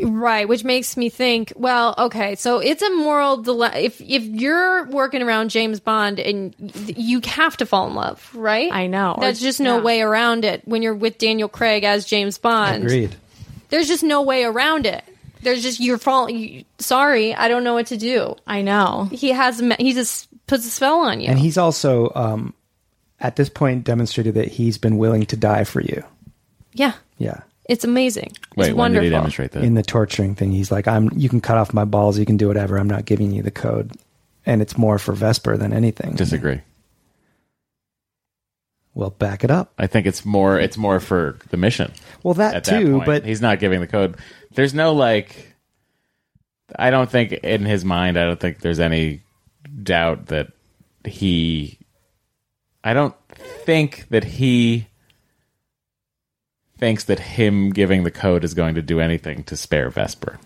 S3: Right, which makes me think. Well, okay, so it's a moral dilemma. If if you're working around James Bond and y- you have to fall in love, right?
S2: I know.
S3: There's
S2: Or-
S3: just no
S2: yeah.
S3: way around it. When you're with Daniel Craig as James Bond,
S4: Agreed.
S3: there's just no way around it. There's just you're falling. You, sorry, I don't know what to do.
S2: I know.
S3: He has. a me- He just puts a spell on you.
S4: And he's also um, at this point demonstrated that he's been willing to die for you.
S3: yeah,
S4: Yeah.
S3: it's amazing. it's
S5: Wait, when
S3: wonderful.
S5: did he demonstrate that?
S4: In the torturing thing, he's like, "I'm. You can cut off my balls. You can do whatever. I'm not giving you the code." And it's more for Vesper than anything.
S5: Disagree.
S4: well, back it up.
S5: I think it's more it's more for the mission
S4: Well, that
S5: at that
S4: too,
S5: point.
S4: but
S5: he's not giving the code. There's no like I don't think in his mind I don't think there's any doubt that he I don't think that he thinks that him giving the code is going to do anything to spare Vesper.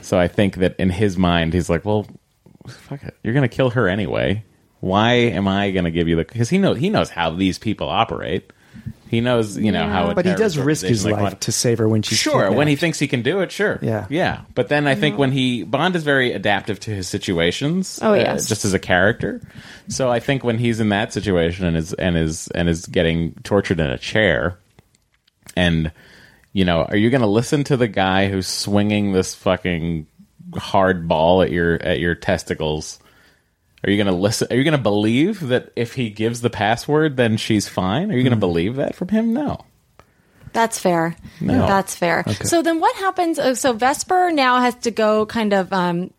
S5: So I think that in his mind he's like, well, fuck it. You're going to kill her anyway. Why am I going to give you the cuz he knows he knows how these people operate. He knows, you know, how a
S4: but he does
S5: terrorist
S4: risk his
S5: organization like
S4: life
S5: Quantum-
S4: to save her when she's
S5: sure when he
S4: kidnapped.
S5: thinks he can do it sure
S4: Yeah.
S5: yeah but then i think when he bond is very adaptive to his situations
S2: Oh,
S5: uh,
S2: yes.
S5: just as a character so i think when he's in that situation and is and is and is getting tortured in a chair and you know are you going to listen to the guy who's swinging this fucking hard ball at your at your testicles are you going to listen are you going to believe that if he gives the password then she's fine are you
S4: Mm-hmm.
S5: going to believe that from him no
S2: That's fair.
S5: No.
S2: That's fair. So then what happens? oh, So Vesper now has to go kind of um,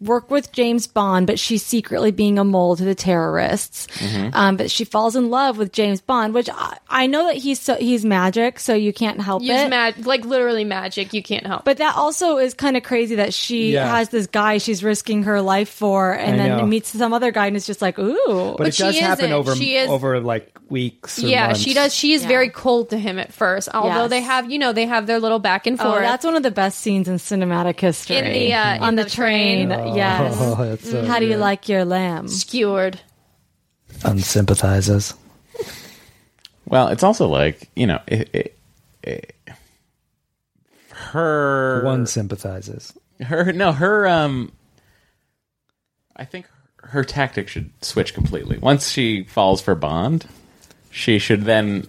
S2: work with James Bond, but she's secretly being a mole to the terrorists.
S4: Mm-hmm.
S2: Um, but she falls in love with James Bond, which I, I know that he's so, he's magic, so you can't help
S3: Use
S2: it.
S3: mag- like literally magic. You can't help.
S2: but that also is kind of crazy that she
S4: Yeah.
S2: has this guy she's risking her life for, and
S4: I
S2: then
S4: know.
S2: meets some other guy and is just like, ooh.
S4: But,
S3: But
S4: it does
S3: she
S4: happen
S3: isn't.
S4: over
S3: She is-
S4: over like weeks. Or
S3: yeah,
S4: months.
S3: she does. She is
S2: Yeah.
S3: very cold to him at first. Although
S2: Yes.
S3: they have, you know, they have their little back and
S2: Oh,
S3: forth.
S2: that's one of the best scenes in cinematic history.
S3: In the, uh, in
S2: on the,
S3: the
S2: train,
S3: train.
S2: yes.
S4: Oh, [laughs] that's so
S2: How do you
S4: good.
S2: like your lamb?
S3: skewered.
S4: unsympathizes.
S5: Well, it's also like you know, it, it, it- her
S4: One sympathizes.
S5: her no her um. I think her tactic should switch completely. Once she falls for Bond, she should then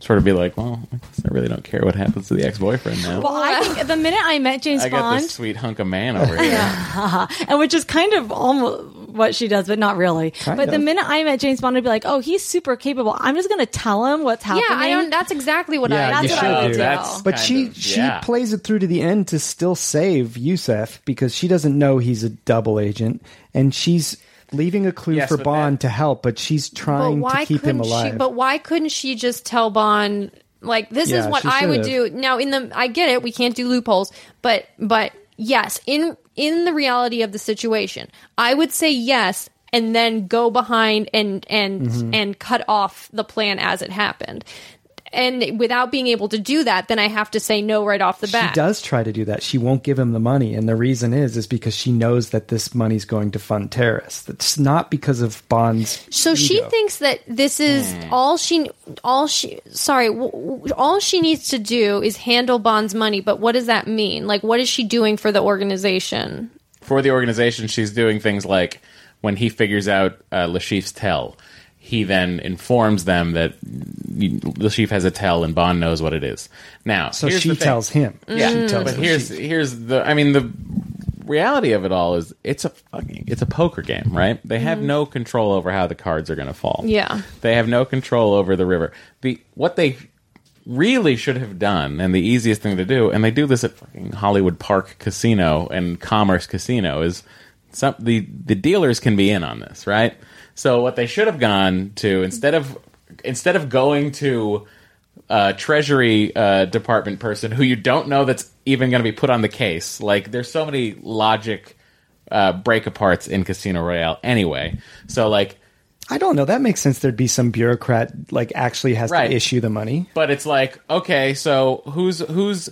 S5: sort of be like, "Well, I, guess I really don't care what happens to the ex-boyfriend now.
S2: Well, I think the minute I met James
S5: I got
S2: Bond,
S5: this sweet hunk of
S2: [laughs]
S5: man over here."
S2: and which is kind of almost what she does, but not really. but the
S4: of.
S2: minute I met James Bond, I'd be like, "Oh, he's super capable. I'm just going to tell him what's
S3: Yeah,
S2: happening."
S3: I don't. That's exactly what
S4: Yeah,
S3: I.
S4: you
S3: That's what
S4: should
S3: I would
S4: do.
S3: do.
S5: That's-
S4: But
S5: Kind
S4: she
S5: of,
S4: she
S5: yeah.
S4: plays it through to the end to still save Yusef because she doesn't know he's a double agent, and she's leaving a clue
S5: Yes,
S4: for
S5: but
S4: Bond to help, but she's
S3: but
S4: trying
S3: why
S4: to keep him
S3: couldn't
S4: alive.
S3: she? But why couldn't she just tell Bond? Like this is
S4: Yeah,
S3: what
S4: she
S3: I would do.
S4: should've.
S3: Now in the I get it. We can't do loopholes, but but yes, in in the reality of the situation, I would say yes and then go behind and and
S4: Mm-hmm.
S3: and cut off the plan as it happened. And without being able to do that, then I have to say no right off the
S4: she
S3: bat.
S4: does try to do that. She won't give him the money, and the reason is is because she knows that this money's going to fund terrorists. It's not because of Bond's.
S3: So she
S4: ego.
S3: thinks that this is all she all she sorry w- w- all she needs to do is handle Bond's money. But what does that mean? Like, what is she doing for the organization?
S5: for the organization, she's doing things like when he figures out uh, Lashif's tell, he then informs them that you- Lashif has a tell and Bond knows what it is. Now,
S4: So
S5: here's
S4: she
S5: the thing.
S4: tells him.
S5: Yeah,
S4: She tells
S5: but
S4: him.
S5: here's here's the. I mean, the reality of it all is it's a fucking it's a poker game, right? They have
S4: Mm-hmm.
S5: no control over how the cards are going to fall.
S3: Yeah.
S5: they have no control over the river. The what they really should have done, and the easiest thing to do, and they do this at fucking Hollywood Park Casino and Commerce Casino, is some the the dealers can be in on this, right? So what they should have gone to instead of instead of going to uh, Treasury uh, Department person who you don't know that's even going to be put on the case. Like, there's so many logic uh, break aparts in Casino Royale anyway. So, like,
S4: I don't know. That makes sense. There'd be some bureaucrat like actually has
S5: Right.
S4: to issue the money.
S5: But it's like, okay, so who's who's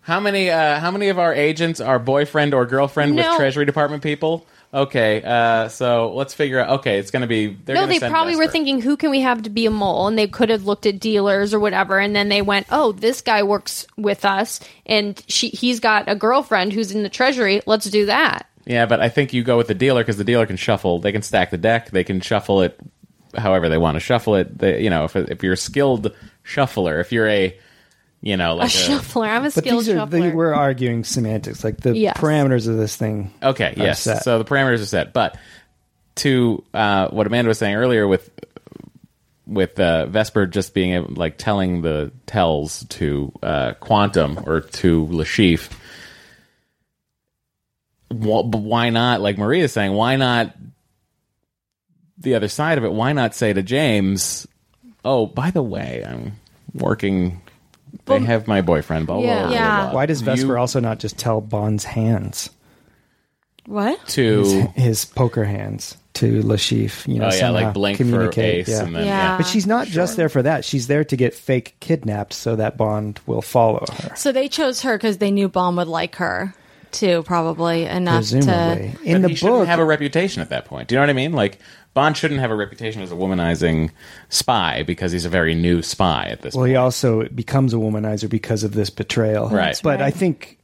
S5: how many uh, how many of our agents are boyfriend or girlfriend
S3: No.
S5: with Treasury Department people? Okay, uh, so let's figure out. Okay, it's going to be. They're
S3: No,
S5: gonna
S3: they
S5: send
S3: probably were
S5: Vesper.
S3: thinking, who can we have to be a mole? And they could have looked at dealers or whatever. And then they went, oh, this guy works with us, and she he's got a girlfriend who's in the treasury. Let's do that.
S5: Yeah, but I think you go with the dealer because the dealer can shuffle. They can stack the deck. They can shuffle it however they want to shuffle it. They, you know, if if you're a skilled shuffler, if you're a you know
S3: A
S5: like a,
S3: shuffler. I'm a
S4: But
S3: skilled
S4: these are
S3: shuffler.
S4: they, we're arguing semantics. Like the
S3: Yes.
S4: parameters of this thing.
S5: Okay, yes.
S4: set.
S5: So the parameters are set. But to uh, what Amanda was saying earlier with with uh, Vesper just being able, like telling the tells to uh, Quantum or to Lashif, wh- but why not? Like Maria's saying, why not the other side of it? Why not say to James, "Oh, by the way, I'm working." They have my boyfriend. Blah, blah,
S3: Yeah.
S5: blah, blah,
S3: Yeah.
S5: blah.
S4: Why does Vesper
S5: Uh, You-
S4: also not just tell Bond's hands,
S2: What?
S4: [laughs]
S5: to?
S4: his poker hands, to Lashif? You know,
S5: Oh yeah,
S4: somehow
S5: like blink for
S4: communicate?
S5: ace,
S4: Yeah.
S5: and then
S3: Yeah.
S5: yeah.
S4: but she's not just there for that. She's there to get fake kidnapped so that Bond will follow her.
S2: So they chose her because they knew Baum would like her too, probably enough
S4: Presumably,
S2: to.
S4: in
S5: But
S4: the
S5: he shouldn't
S4: book,
S5: have a reputation at that point. Do you know what I mean? Like Bond shouldn't have a reputation as a womanizing spy because he's a very new spy at this
S4: Well,
S5: point.
S4: he also becomes a womanizer because of this betrayal.
S5: Right.
S4: But I think,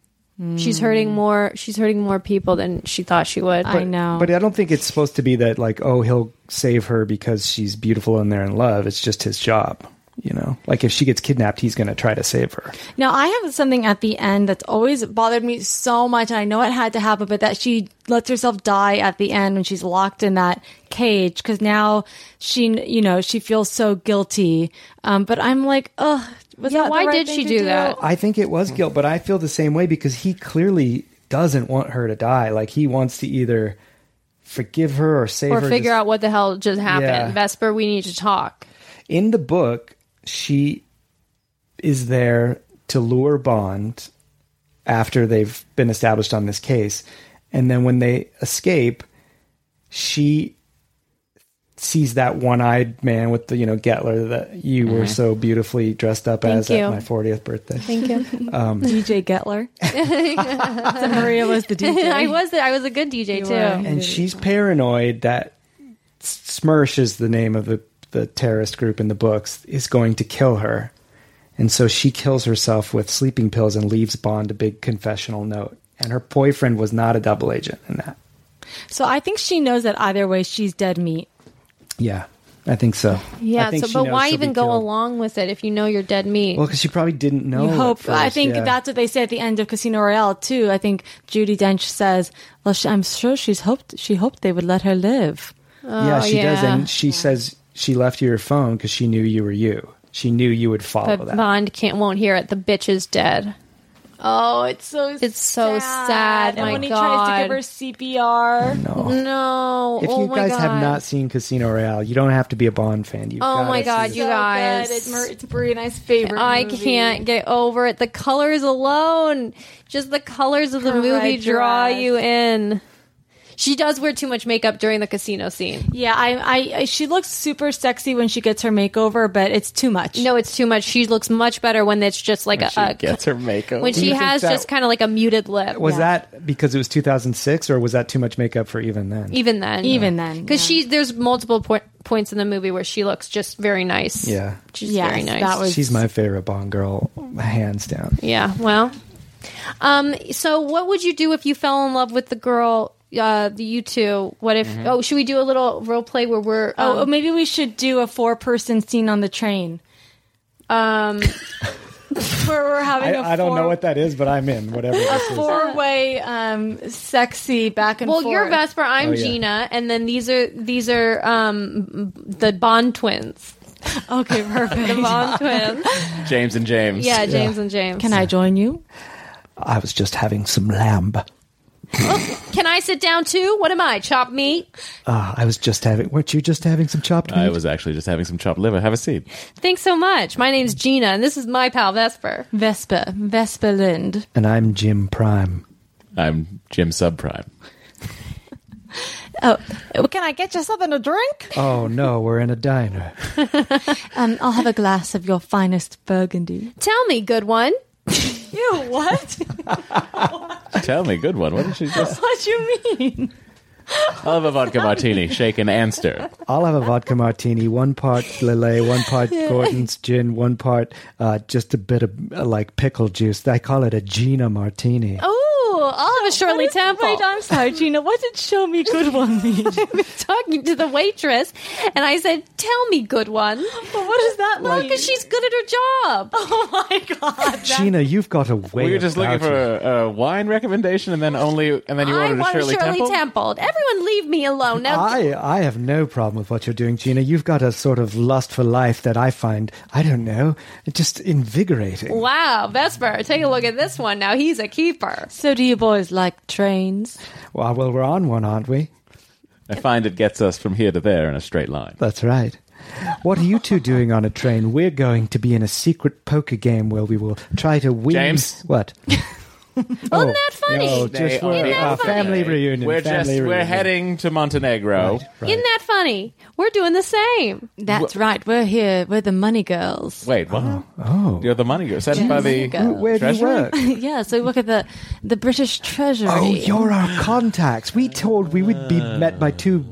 S3: she's hurting more. She's hurting more people than she thought she would.
S2: I know.
S4: but I don't think it's supposed to be that like, oh, he'll save her because she's beautiful and they're in love. It's just his job, you know. Like if she gets kidnapped, he's going to try to save her.
S2: Now I have something at the end that's always bothered me so much, and I know it had to happen, but that she lets herself die at the end when she's locked in that cage because now she, you know, she feels so guilty. Um, but I'm like, ugh. Was
S3: Yeah,
S2: that the
S3: why
S2: right
S3: did
S2: thing
S3: she
S2: to
S3: do that?
S4: I think it was guilt, but I feel the same way because he clearly doesn't want her to die. Like he wants to either forgive her or save
S3: or
S4: her.
S3: figure
S4: just-
S3: out what the hell just happened.
S4: Yeah.
S3: Vesper, we need to talk.
S4: in the book, she is there to lure Bond after they've been established on this case. And then when they escape, she sees that one-eyed man with the you know Gettler that you were so beautifully dressed up as
S3: you.
S4: at my 40th birthday.
S3: Thank you.
S2: DJ Getler. so Maria was the DJ.
S3: [laughs] I was I was a good DJ
S2: You
S3: too.
S2: were.
S4: and she's paranoid that Smirsh is the name of the, the terrorist group in the books is going to kill her, and so she kills herself with sleeping pills and leaves Bond a big confessional note. And her boyfriend was not a double agent in that.
S2: So I think she knows that either way, she's dead meat.
S4: Yeah, I think so.
S3: Yeah,
S4: I think
S3: so
S4: she
S3: but
S4: knows
S3: why
S4: she'll be
S3: even go
S4: killed.
S3: along with it if you know you're dead meat?
S4: Well, because she probably didn't know.
S2: You
S4: at
S2: hope. I
S4: first,
S2: think
S4: yeah.
S2: that's what they say at the end of Casino Royale too. I think Judy Dench says, "Well, she, I'm sure she's hoped she hoped they would let her live."
S4: yeah,
S3: Oh,
S4: she does,
S3: yeah.
S4: and she says she left you her phone because she knew you were you. She knew you would follow
S3: but
S4: that.
S3: Bond can't won't hear it. The bitch is dead.
S2: Oh, it's so
S3: It's so sad. sad.
S2: And
S3: My
S2: when he tries to
S3: God.
S2: give her CPR,
S4: no.
S3: No.
S4: If
S3: oh
S4: you
S3: my
S4: guys
S3: God.
S4: have not seen Casino Royale, you don't have to be a Bond fan. You've
S3: Oh
S4: gotta
S3: my
S4: see
S3: God,
S4: this.
S3: you guys.
S2: good. It's, Mar- it's Marie and I's favorite.
S3: I
S2: movie.
S3: can't get over it. The colors alone, just the colors of the
S2: Her
S3: movie
S2: red
S3: draw
S2: dress.
S3: you in. She does wear too much makeup during the casino scene.
S2: Yeah, I, I, I, she looks super sexy when she gets her makeover, but it's too much.
S3: No, it's too much. She looks much better when it's just like a,
S5: she
S3: a-
S5: gets her makeup.
S3: when
S4: Do
S3: she
S4: you think
S3: has
S4: that-
S3: just kind of like a muted lip.
S4: Was
S3: Yeah.
S4: that because it was 2006, or was that too much makeup for even then?
S3: even then?
S2: Even then,
S3: because
S2: yeah.
S3: she there's multiple po- points in the movie where she looks just very nice.
S4: Yeah.
S3: she's
S2: Yes,
S3: very nice.
S2: that was-
S4: She's my favorite Bond girl, hands down.
S3: Yeah. Well. Um. So, what would you do if you fell in love with the girl? Uh, the you two. What if?
S4: Mm-hmm.
S3: Oh, should we do a little role play where we're?
S2: Oh,
S3: Oh, um,
S2: maybe we should do a four-person scene on the train
S3: [laughs] um,
S2: where we're having.
S4: I,
S2: a
S4: I don't know
S2: four-
S4: what that is, but I'm in. Whatever. This
S3: [laughs]
S4: is.
S2: four-way um, sexy back and
S3: well,
S2: forth.
S3: you're Vesper. I'm
S4: Oh, yeah.
S3: Gina, and then these are these are um the Bond twins.
S2: Okay,
S3: The
S2: perfect.
S3: [laughs] Bond twins.
S5: James and James.
S3: Yeah, James and James.
S2: Can I join you?
S4: I was just having some lamb. Uh,
S3: Can I sit down too? What am I? Chop meat?
S4: Uh, I was just having. Weren't you just having some chopped meat?
S5: I was actually just having some chopped liver. Have a seat.
S3: Thanks so much. My name's Gina, and this is my pal Vesper.
S2: Vespa, Vespa Lind.
S4: and I'm Jim Prime.
S5: I'm Jim Subprime.
S2: Oh, Can I get you something to drink?
S4: Oh no, we're in a diner.
S2: Um, I'll have a glass of your finest burgundy.
S3: Tell me, good one.
S2: You
S3: [laughs]
S2: what?
S5: Tell me, good one. What did
S4: [laughs]
S5: she just?
S2: [laughs] what do you mean?
S5: I love a vodka martini, shaken and stirred.
S4: I'll have a vodka martini, one part Lillet, one part Gordon's gin, one part uh, just a bit of uh, like pickle juice. I call it a Gina martini.
S3: Oh, I'll
S2: [laughs]
S3: have a Shirley Temple.
S2: Wait, I'm sorry, Oh, Gina. What did "show me good one" mean?
S3: [laughs] talking to the waitress, and I said, "Tell me, good one."
S2: what does that
S3: Well, because she's good at her job.
S2: [laughs] Oh my
S4: [laughs]
S2: god!
S4: Gina, you've got a way.
S5: We were just looking
S4: about
S5: for
S4: you.
S5: a, a wine recommendation, and then only, and then you
S3: I
S5: ordered a
S3: want
S5: Shirley, Temple.
S3: Temple. Everyone, leave me alone now.
S4: I, I have no problem with what you're doing, Gina. You've got a sort of lust for life that I find, I don't know, just invigorating.
S3: wow, Vesper, take a look at this one. Now he's a keeper.
S2: [laughs] So, do you boys like trains?
S4: Well, well, we're on one, aren't we?
S5: I find it gets us from here to there in a straight line.
S4: That's right. What are you two doing on a train? We're going to be in a secret poker game where we will try to win.
S5: James?
S4: [laughs] What? Oh, Isn't
S3: that funny?
S4: No,
S5: They
S4: just
S5: are
S4: we're,
S5: a
S4: uh, family reunion.
S5: We're
S4: family
S5: just we're
S4: reunion.
S5: heading to Montenegro.
S3: Isn't that funny? We're doing the same. [laughs]
S2: That's right. We're here. We're the money girls.
S5: Wait, what?
S4: Oh.
S5: You're the money girl. Sent by the
S2: Money
S4: Where do you
S5: Treasury?
S2: [laughs]
S4: work?
S2: yeah, so we work at the the British Treasury.
S4: Oh, you're our contacts. We told we would be met by two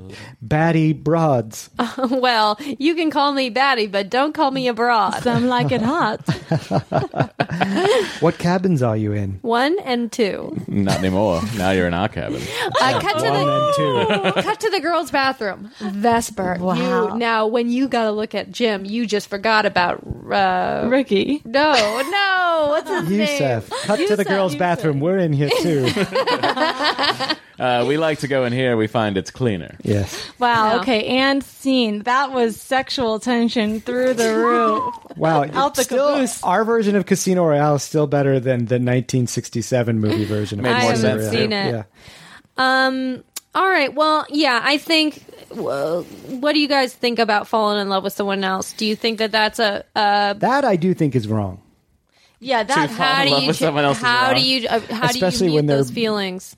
S4: baddie [laughs] broads.
S3: well, you can call me Batty, but don't call me abroad.
S2: Some like it [laughs] hot.
S4: What cabins are you in?
S3: One and two.
S5: Not anymore. now you're in
S3: [laughs]
S5: our cabin.
S3: Uh, cut to
S4: One
S3: the
S4: and two.
S3: cut to the girls' bathroom. Vesper,
S2: Wow.
S3: you now when you got to look at Jim, you just forgot about. Uh,
S2: Ricky.
S3: no, no. What's his name?
S4: Yusef, cut to the girls' bathroom. We're in here [laughs] too.
S5: Uh, we like to go in here. We find it's cleaner.
S4: yes.
S2: Wow.
S3: No.
S2: Okay. And scene. That was sexual tension through the roof.
S4: Wow.
S2: Out the
S4: still,
S2: caboose.
S4: Our version of Casino Royale is still better than the
S2: [laughs]
S4: 1967 movie version. Of
S5: Made more
S4: Casino
S5: sense.
S4: Royale.
S3: Seen it. Um. All right. Well, yeah. I think. Well, what do you guys think about falling in love with someone else? Do you think that that's a? Uh,
S4: That I do think is wrong.
S2: [laughs] Yeah. That.
S5: To fall
S3: how
S5: in
S3: do
S5: love
S3: you?
S5: with someone else is
S3: how do
S5: wrong.
S3: you? Uh, how
S4: Especially
S3: do you
S4: when
S3: mute
S4: they're-
S3: those feelings?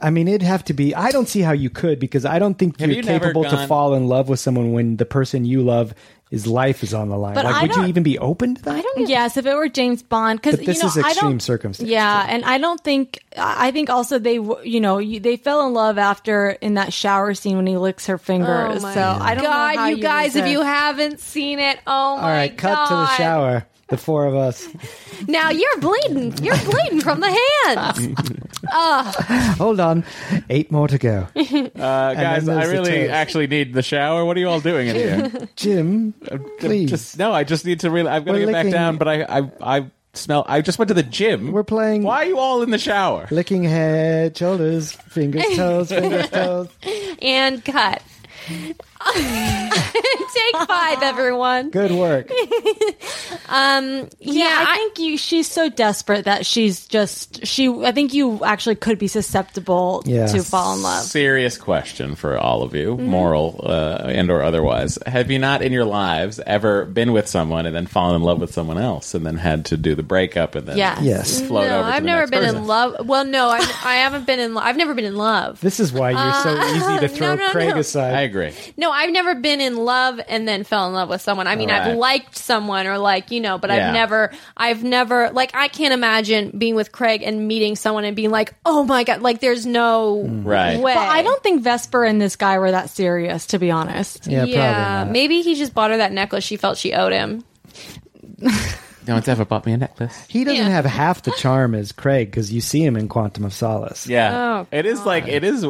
S4: I mean, it'd have to be. I don't see how you could because I don't think
S5: Have
S4: you're
S5: you never
S4: capable to
S5: gone-
S4: fall in love with someone when the person you love. His life is on the line.
S2: But
S4: like,
S2: I
S4: would you
S2: don't-
S4: even be open to that?
S2: I don't. Yes. If it were James Bond, because
S4: But this
S2: you know,
S4: is
S2: I
S4: extreme
S2: don't-
S4: circumstance.
S2: Yeah, and I don't think I I think also they w- you know you, they fell in love after in that shower scene when he licks her fingers. Oh so I don't
S3: Oh God,
S2: know how
S3: you, guys, if
S2: resist.
S3: you haven't seen it, oh my
S4: All right, cut to the
S3: God.
S4: shower. The four
S2: [laughs]
S4: of us.
S3: Now you're bleeding. You're bleeding from the
S4: [laughs]
S3: hands.
S4: Hold on, eight more
S2: [laughs]
S4: to go.
S5: Uh, guys,
S4: then
S5: I
S4: there's the
S5: really
S4: toast.
S5: actually need the shower. What are you all doing in here?
S4: Jim, [laughs] please.
S5: Uh, Just, no, I just need to really. I've got to
S4: We're
S5: get back
S4: licking-
S5: down, but I, I, I smell. I just went to the gym.
S4: We're playing-
S5: Why are you all in the shower?
S4: Licking head,
S2: [laughs]
S4: shoulders, fingers, toes, fingers, toes.
S3: and cut. [laughs] Take five, everyone.
S4: Good work.
S2: Yeah, I,
S3: I-
S2: think you. She's so desperate that she's just she. I think you actually could be susceptible
S4: Yeah.
S2: to fall in love.
S5: Serious question for all of you,
S3: Mm-hmm.
S5: moral uh, and or otherwise. Have you not in your lives ever been with someone and then fallen in love with someone else and then had to do the breakup and then
S2: Yes.
S4: Yes.
S5: float
S3: no,
S5: over? to
S3: I've
S5: the
S3: never
S5: next
S3: been
S5: person?
S3: in love. Well, no, I, I haven't been in. Lo- I've never been in love.
S4: This is why you're so easy to throw
S3: no, no.
S4: Craig
S5: I
S4: aside.
S5: agree.
S3: No, I've never been in love and then fell in love with someone. I mean, I've
S5: Alright.
S3: liked someone or like you know, but
S5: Yeah.
S3: I've never, I've never like I can't imagine being with Craig and meeting someone and being like, oh my god, like there's no
S4: Mm.
S5: Right.
S3: way.
S2: But I don't think Vesper and this guy were that serious, to be honest.
S3: yeah,
S4: yeah, probably. Not.
S3: maybe he just bought her that necklace. She felt she owed him.
S5: No one's ever bought me a necklace.
S4: He doesn't
S3: Yeah.
S4: have half the charm as Craig because you see him in Quantum of Solace.
S5: Yeah,
S3: Oh,
S5: it is like it is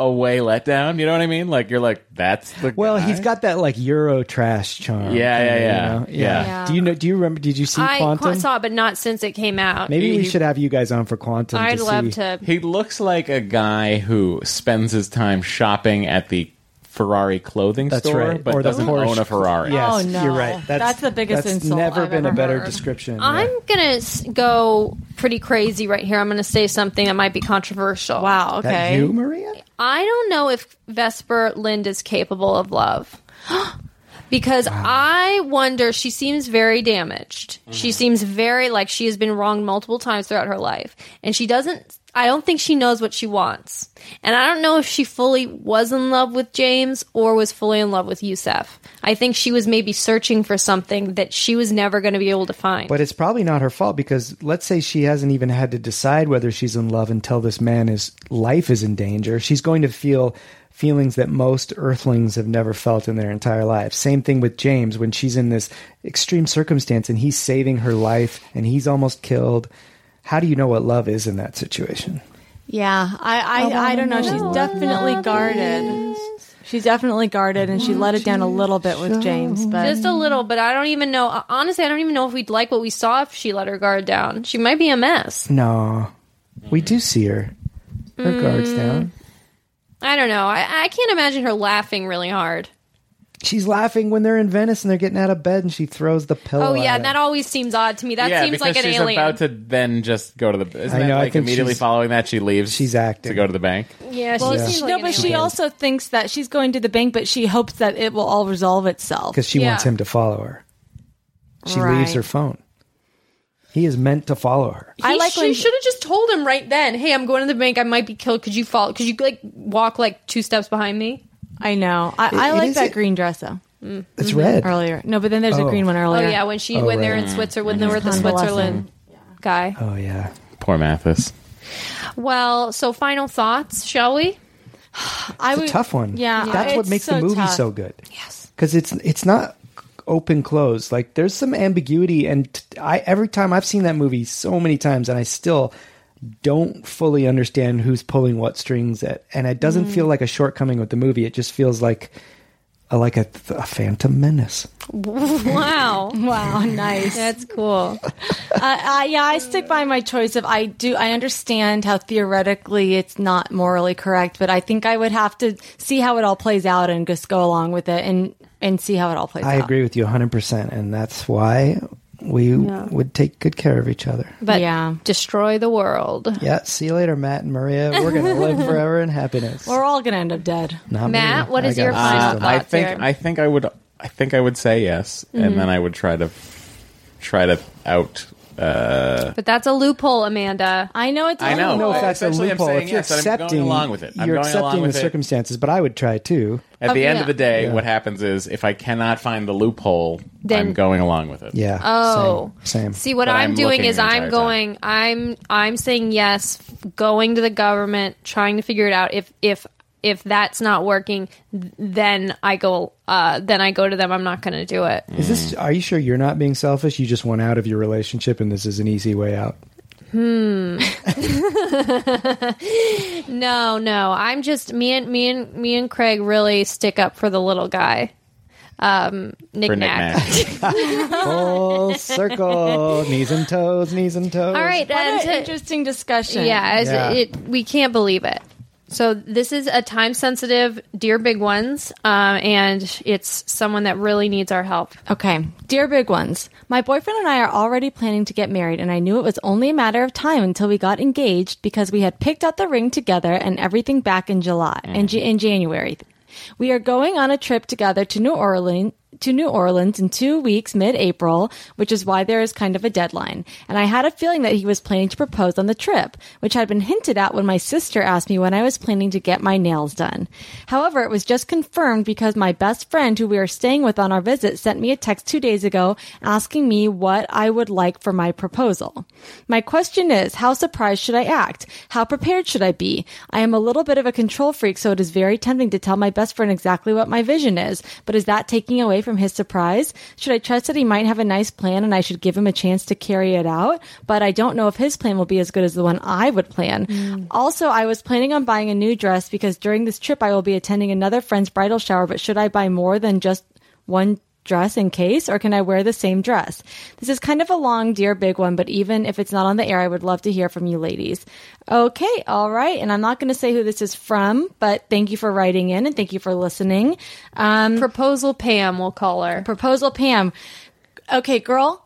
S5: a way let down. You know what I mean? Like you're like that's the
S4: Well,
S5: guy?
S4: he's got that like Euro trash charm.
S5: Yeah,
S4: kinda,
S5: yeah, yeah.
S4: you know?
S5: Yeah.
S3: Yeah.
S4: Do you know? Do you remember? Did you see
S3: I
S4: Quantum?
S3: saw it, but not since it came out.
S4: Maybe we
S5: He-
S4: should have you guys on for Quantum.
S3: I'd
S4: to
S3: love
S4: see.
S3: to.
S5: He looks like a guy who spends his time shopping at the Ferrari clothing
S4: That's
S5: store,
S4: right.
S5: but
S4: Or the
S5: doesn't
S4: Porsche.
S5: own a Ferrari.
S4: Yes,
S2: Oh, no.
S4: you're right. That's,
S2: That's the biggest
S4: that's
S2: insult
S4: Never
S2: I've
S4: been a
S2: ever
S4: better
S2: heard.
S4: description. yeah.
S3: I'm gonna s- go pretty crazy right here. I'm gonna say something that might be controversial.
S2: Wow.
S4: That
S2: Okay.
S4: you, Maria?
S3: I don't know if Vesper Lind is capable of love. [gasps] Because I wonder, she seems very damaged. She seems very like she has been wronged multiple times throughout her life. And she doesn't, I don't think she knows what she wants. And I don't know if she fully was in love with James or was fully in love with Yusef. I think she was maybe searching for something that she was never going to be able to find.
S4: But it's probably not her fault because let's say she hasn't even had to decide whether she's in love until this man is life is in danger. She's going to feel feelings that most earthlings have never felt in their entire lives. Same thing with James when she's in this extreme circumstance and he's saving her life and he's almost killed. How do you know what love is in that situation?
S2: Yeah, I I, I don't know. She's definitely guarded. She's definitely guarded, and she let it down a little bit with James. But
S3: Just a little, but I don't even know. uh, Honestly, I don't even know if we'd like what we saw if she let her guard down. She might be a mess.
S4: No. We do see her. Her
S3: Mm.
S4: guard's down.
S3: I don't know. I, I can't imagine her laughing really hard.
S4: She's laughing when they're in Venice and they're getting out of bed and she throws the pillow.
S3: Oh, yeah,
S4: at
S3: and that
S4: him.
S3: always seems odd to me. That
S5: yeah,
S3: seems like
S5: because
S3: an
S5: she's
S3: alien.
S5: about to then just go to the. Isn't
S4: I know, I
S5: that like
S4: think
S5: immediately
S4: she's-
S5: following that she leaves?
S4: she's acting.
S5: to go to the bank.
S3: yeah, she
S2: Well,
S3: seems
S2: she-
S3: like
S2: no,
S3: an
S2: but she
S3: alien.
S2: also thinks that she's going to the bank, but she hopes that it will all resolve itself.
S4: because she wants
S3: Yeah.
S4: him to follow her. She leaves
S2: Right.
S4: her phone. He is meant to follow her.
S2: I
S3: He-
S2: like
S3: she
S2: when-
S3: should have just told him right then. Hey, I'm going to the bank. I might be killed. Could you follow? Could you like walk like two steps behind me?
S2: I know. I, I
S4: It- it
S2: like
S4: is
S2: that
S4: a-
S2: green dress though.
S4: It's
S2: Mm-hmm.
S4: red.
S2: Earlier, no, but then there's
S4: Oh.
S2: a green one
S3: Oh
S2: earlier.
S3: yeah, when she
S4: Oh,
S3: when they're
S4: right.
S3: in Switzerland, when they're with the
S2: Convalescent.
S3: Switzerland guy.
S4: Oh yeah.
S5: Poor Mathis.
S3: Well, so final thoughts, shall we?
S2: I
S4: It's
S2: would-
S4: a tough one.
S2: Yeah,
S4: that's what
S2: it's
S4: makes the movie
S2: tough.
S4: so good. Yes, because it's it's not open close. Like there's some ambiguity, and t- I every time I've seen that movie so many times, and I still don't fully understand who's pulling what strings at, and it doesn't feel
S2: Mm.
S4: like a shortcoming with the movie. It just feels like a, like a, a phantom menace.
S3: Wow,
S2: Wow, [laughs] nice.
S3: that's
S2: uh,
S3: cool.
S2: uh, yeah, [laughs] I stick by my choice of I do. I understand how theoretically it's not morally correct, but I think I would have to see how it all plays out and just go along with it and and see how it all plays
S4: I
S2: out.
S4: agree with you 100, percent and that's why we would take good care of each other.
S3: But
S2: Yeah.
S3: destroy the world.
S4: Yeah. See you later, Matt and Maria.
S3: [laughs]
S4: We're gonna live forever in happiness.
S2: We're all gonna end up dead.
S4: Not
S3: Matt, what is
S4: got
S3: your
S4: it.
S3: final
S5: Uh,
S3: thoughts
S5: I think
S3: here?
S5: I think I would I think I would say yes, and
S3: Mm-hmm.
S5: then I would try to try to out. Uh,
S3: But that's a loophole, Amanda.
S2: I know it's.
S5: I know.
S4: I don't know if
S5: Well,
S4: that's a
S5: essentially I'm
S4: loophole.
S5: saying
S4: If you're
S5: yes, I'm going
S4: accepting
S5: along with it. I'm
S4: you're
S5: going
S4: accepting
S5: along
S4: the
S5: with it.
S4: circumstances, but I would try too.
S5: at the
S3: Oh,
S5: end
S3: yeah.
S5: of the day,
S4: Yeah.
S5: what happens is if I cannot find the loophole,
S3: Then-
S5: I'm going along with it.
S4: Yeah.
S3: Oh.
S4: Same. same.
S3: See what
S5: But
S3: I'm,
S5: I'm
S3: doing
S5: looking
S3: is
S5: the
S3: I'm
S5: entire
S3: going I'm I'm saying yes, f- going to the government, trying to figure it out. If if if that's not working, th- then I go uh then I go to them. I'm not going to do it.
S4: Is this? Are you sure you're not being selfish? You just want out of your relationship, and this is an easy way
S3: [laughs]
S4: out.
S3: No, no. I'm just me and me and me and Craig really stick up for the little guy. Um
S5: For
S3: knick
S5: knickknack.
S3: knack.
S4: [laughs] Full circle, knees and toes, knees and toes.
S3: All right,
S2: What an
S3: and to-
S2: interesting discussion.
S3: Yeah, it's-
S4: Yeah.
S3: It, we can't believe it. So this is a time sensitive Dear Big Ones, um, and it's someone that really needs our help.
S2: Okay, dear big ones, my boyfriend and I are already planning to get married, and I knew it was only a matter of time until we got engaged because we had picked out the ring together and everything back in July and in, in January. We are going on a trip together to New Orleans. To New Orleans in two weeks, mid April, which is why there is kind of a deadline. And I had a feeling that he was planning to propose on the trip, which had been hinted at when my sister asked me when I was planning to get my nails done. However, it was just confirmed because my best friend, who we are staying with on our visit, sent me a text two days ago asking me what I would like for my proposal. My question is, how surprised should I act? How prepared should I be? I am a little bit of a control freak, so it is very tempting to tell my best friend exactly what my vision is, but is that taking away from his surprise? Should I trust that he might have a nice plan and I should give him a chance to carry it out? But I don't know if his plan will be as good as the one I would plan. Also, I was planning on buying a new dress because during this trip I will be attending another friend's bridal shower, but should I buy more than just one dress in case, or can I wear the same dress? This is kind of a long, dear big one, but even if it's not on the air, I would love to hear from you ladies. Okay, all right. And I'm not going to say who this is from, but thank you for writing in and thank you for listening. Um,
S3: Proposal Pam, we'll call her.
S2: proposal, Pam. Okay, girl,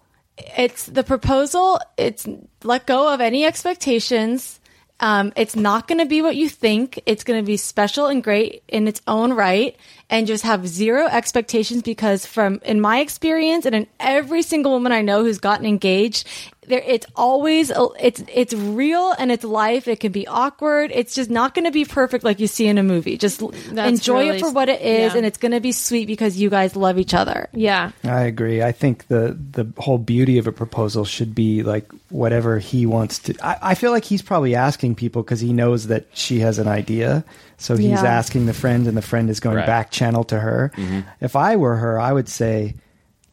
S2: it's the proposal. It's let go of any expectations. Um, it's not going to be what you think. It's going to be special and great in its own right, and just have zero expectations because, from in my experience, and in every single woman I know who's gotten engaged, there it's always a- it's it's real and it's life. It can be awkward. It's just not going to be perfect like you see in a movie. Just l-
S3: That's
S2: enjoy
S3: really
S2: it for what it is,
S3: yeah.
S2: and it's going to be sweet because you guys love each other.
S3: Yeah.
S4: I agree. I think the the whole beauty of a proposal should be like whatever he wants to. I, I feel like he's probably asking people because he knows that she has an idea, so he's
S2: Yeah.
S4: asking the friend, and the friend is going
S5: Right. Mm-hmm.
S4: back channel to her. If I were her, I would say,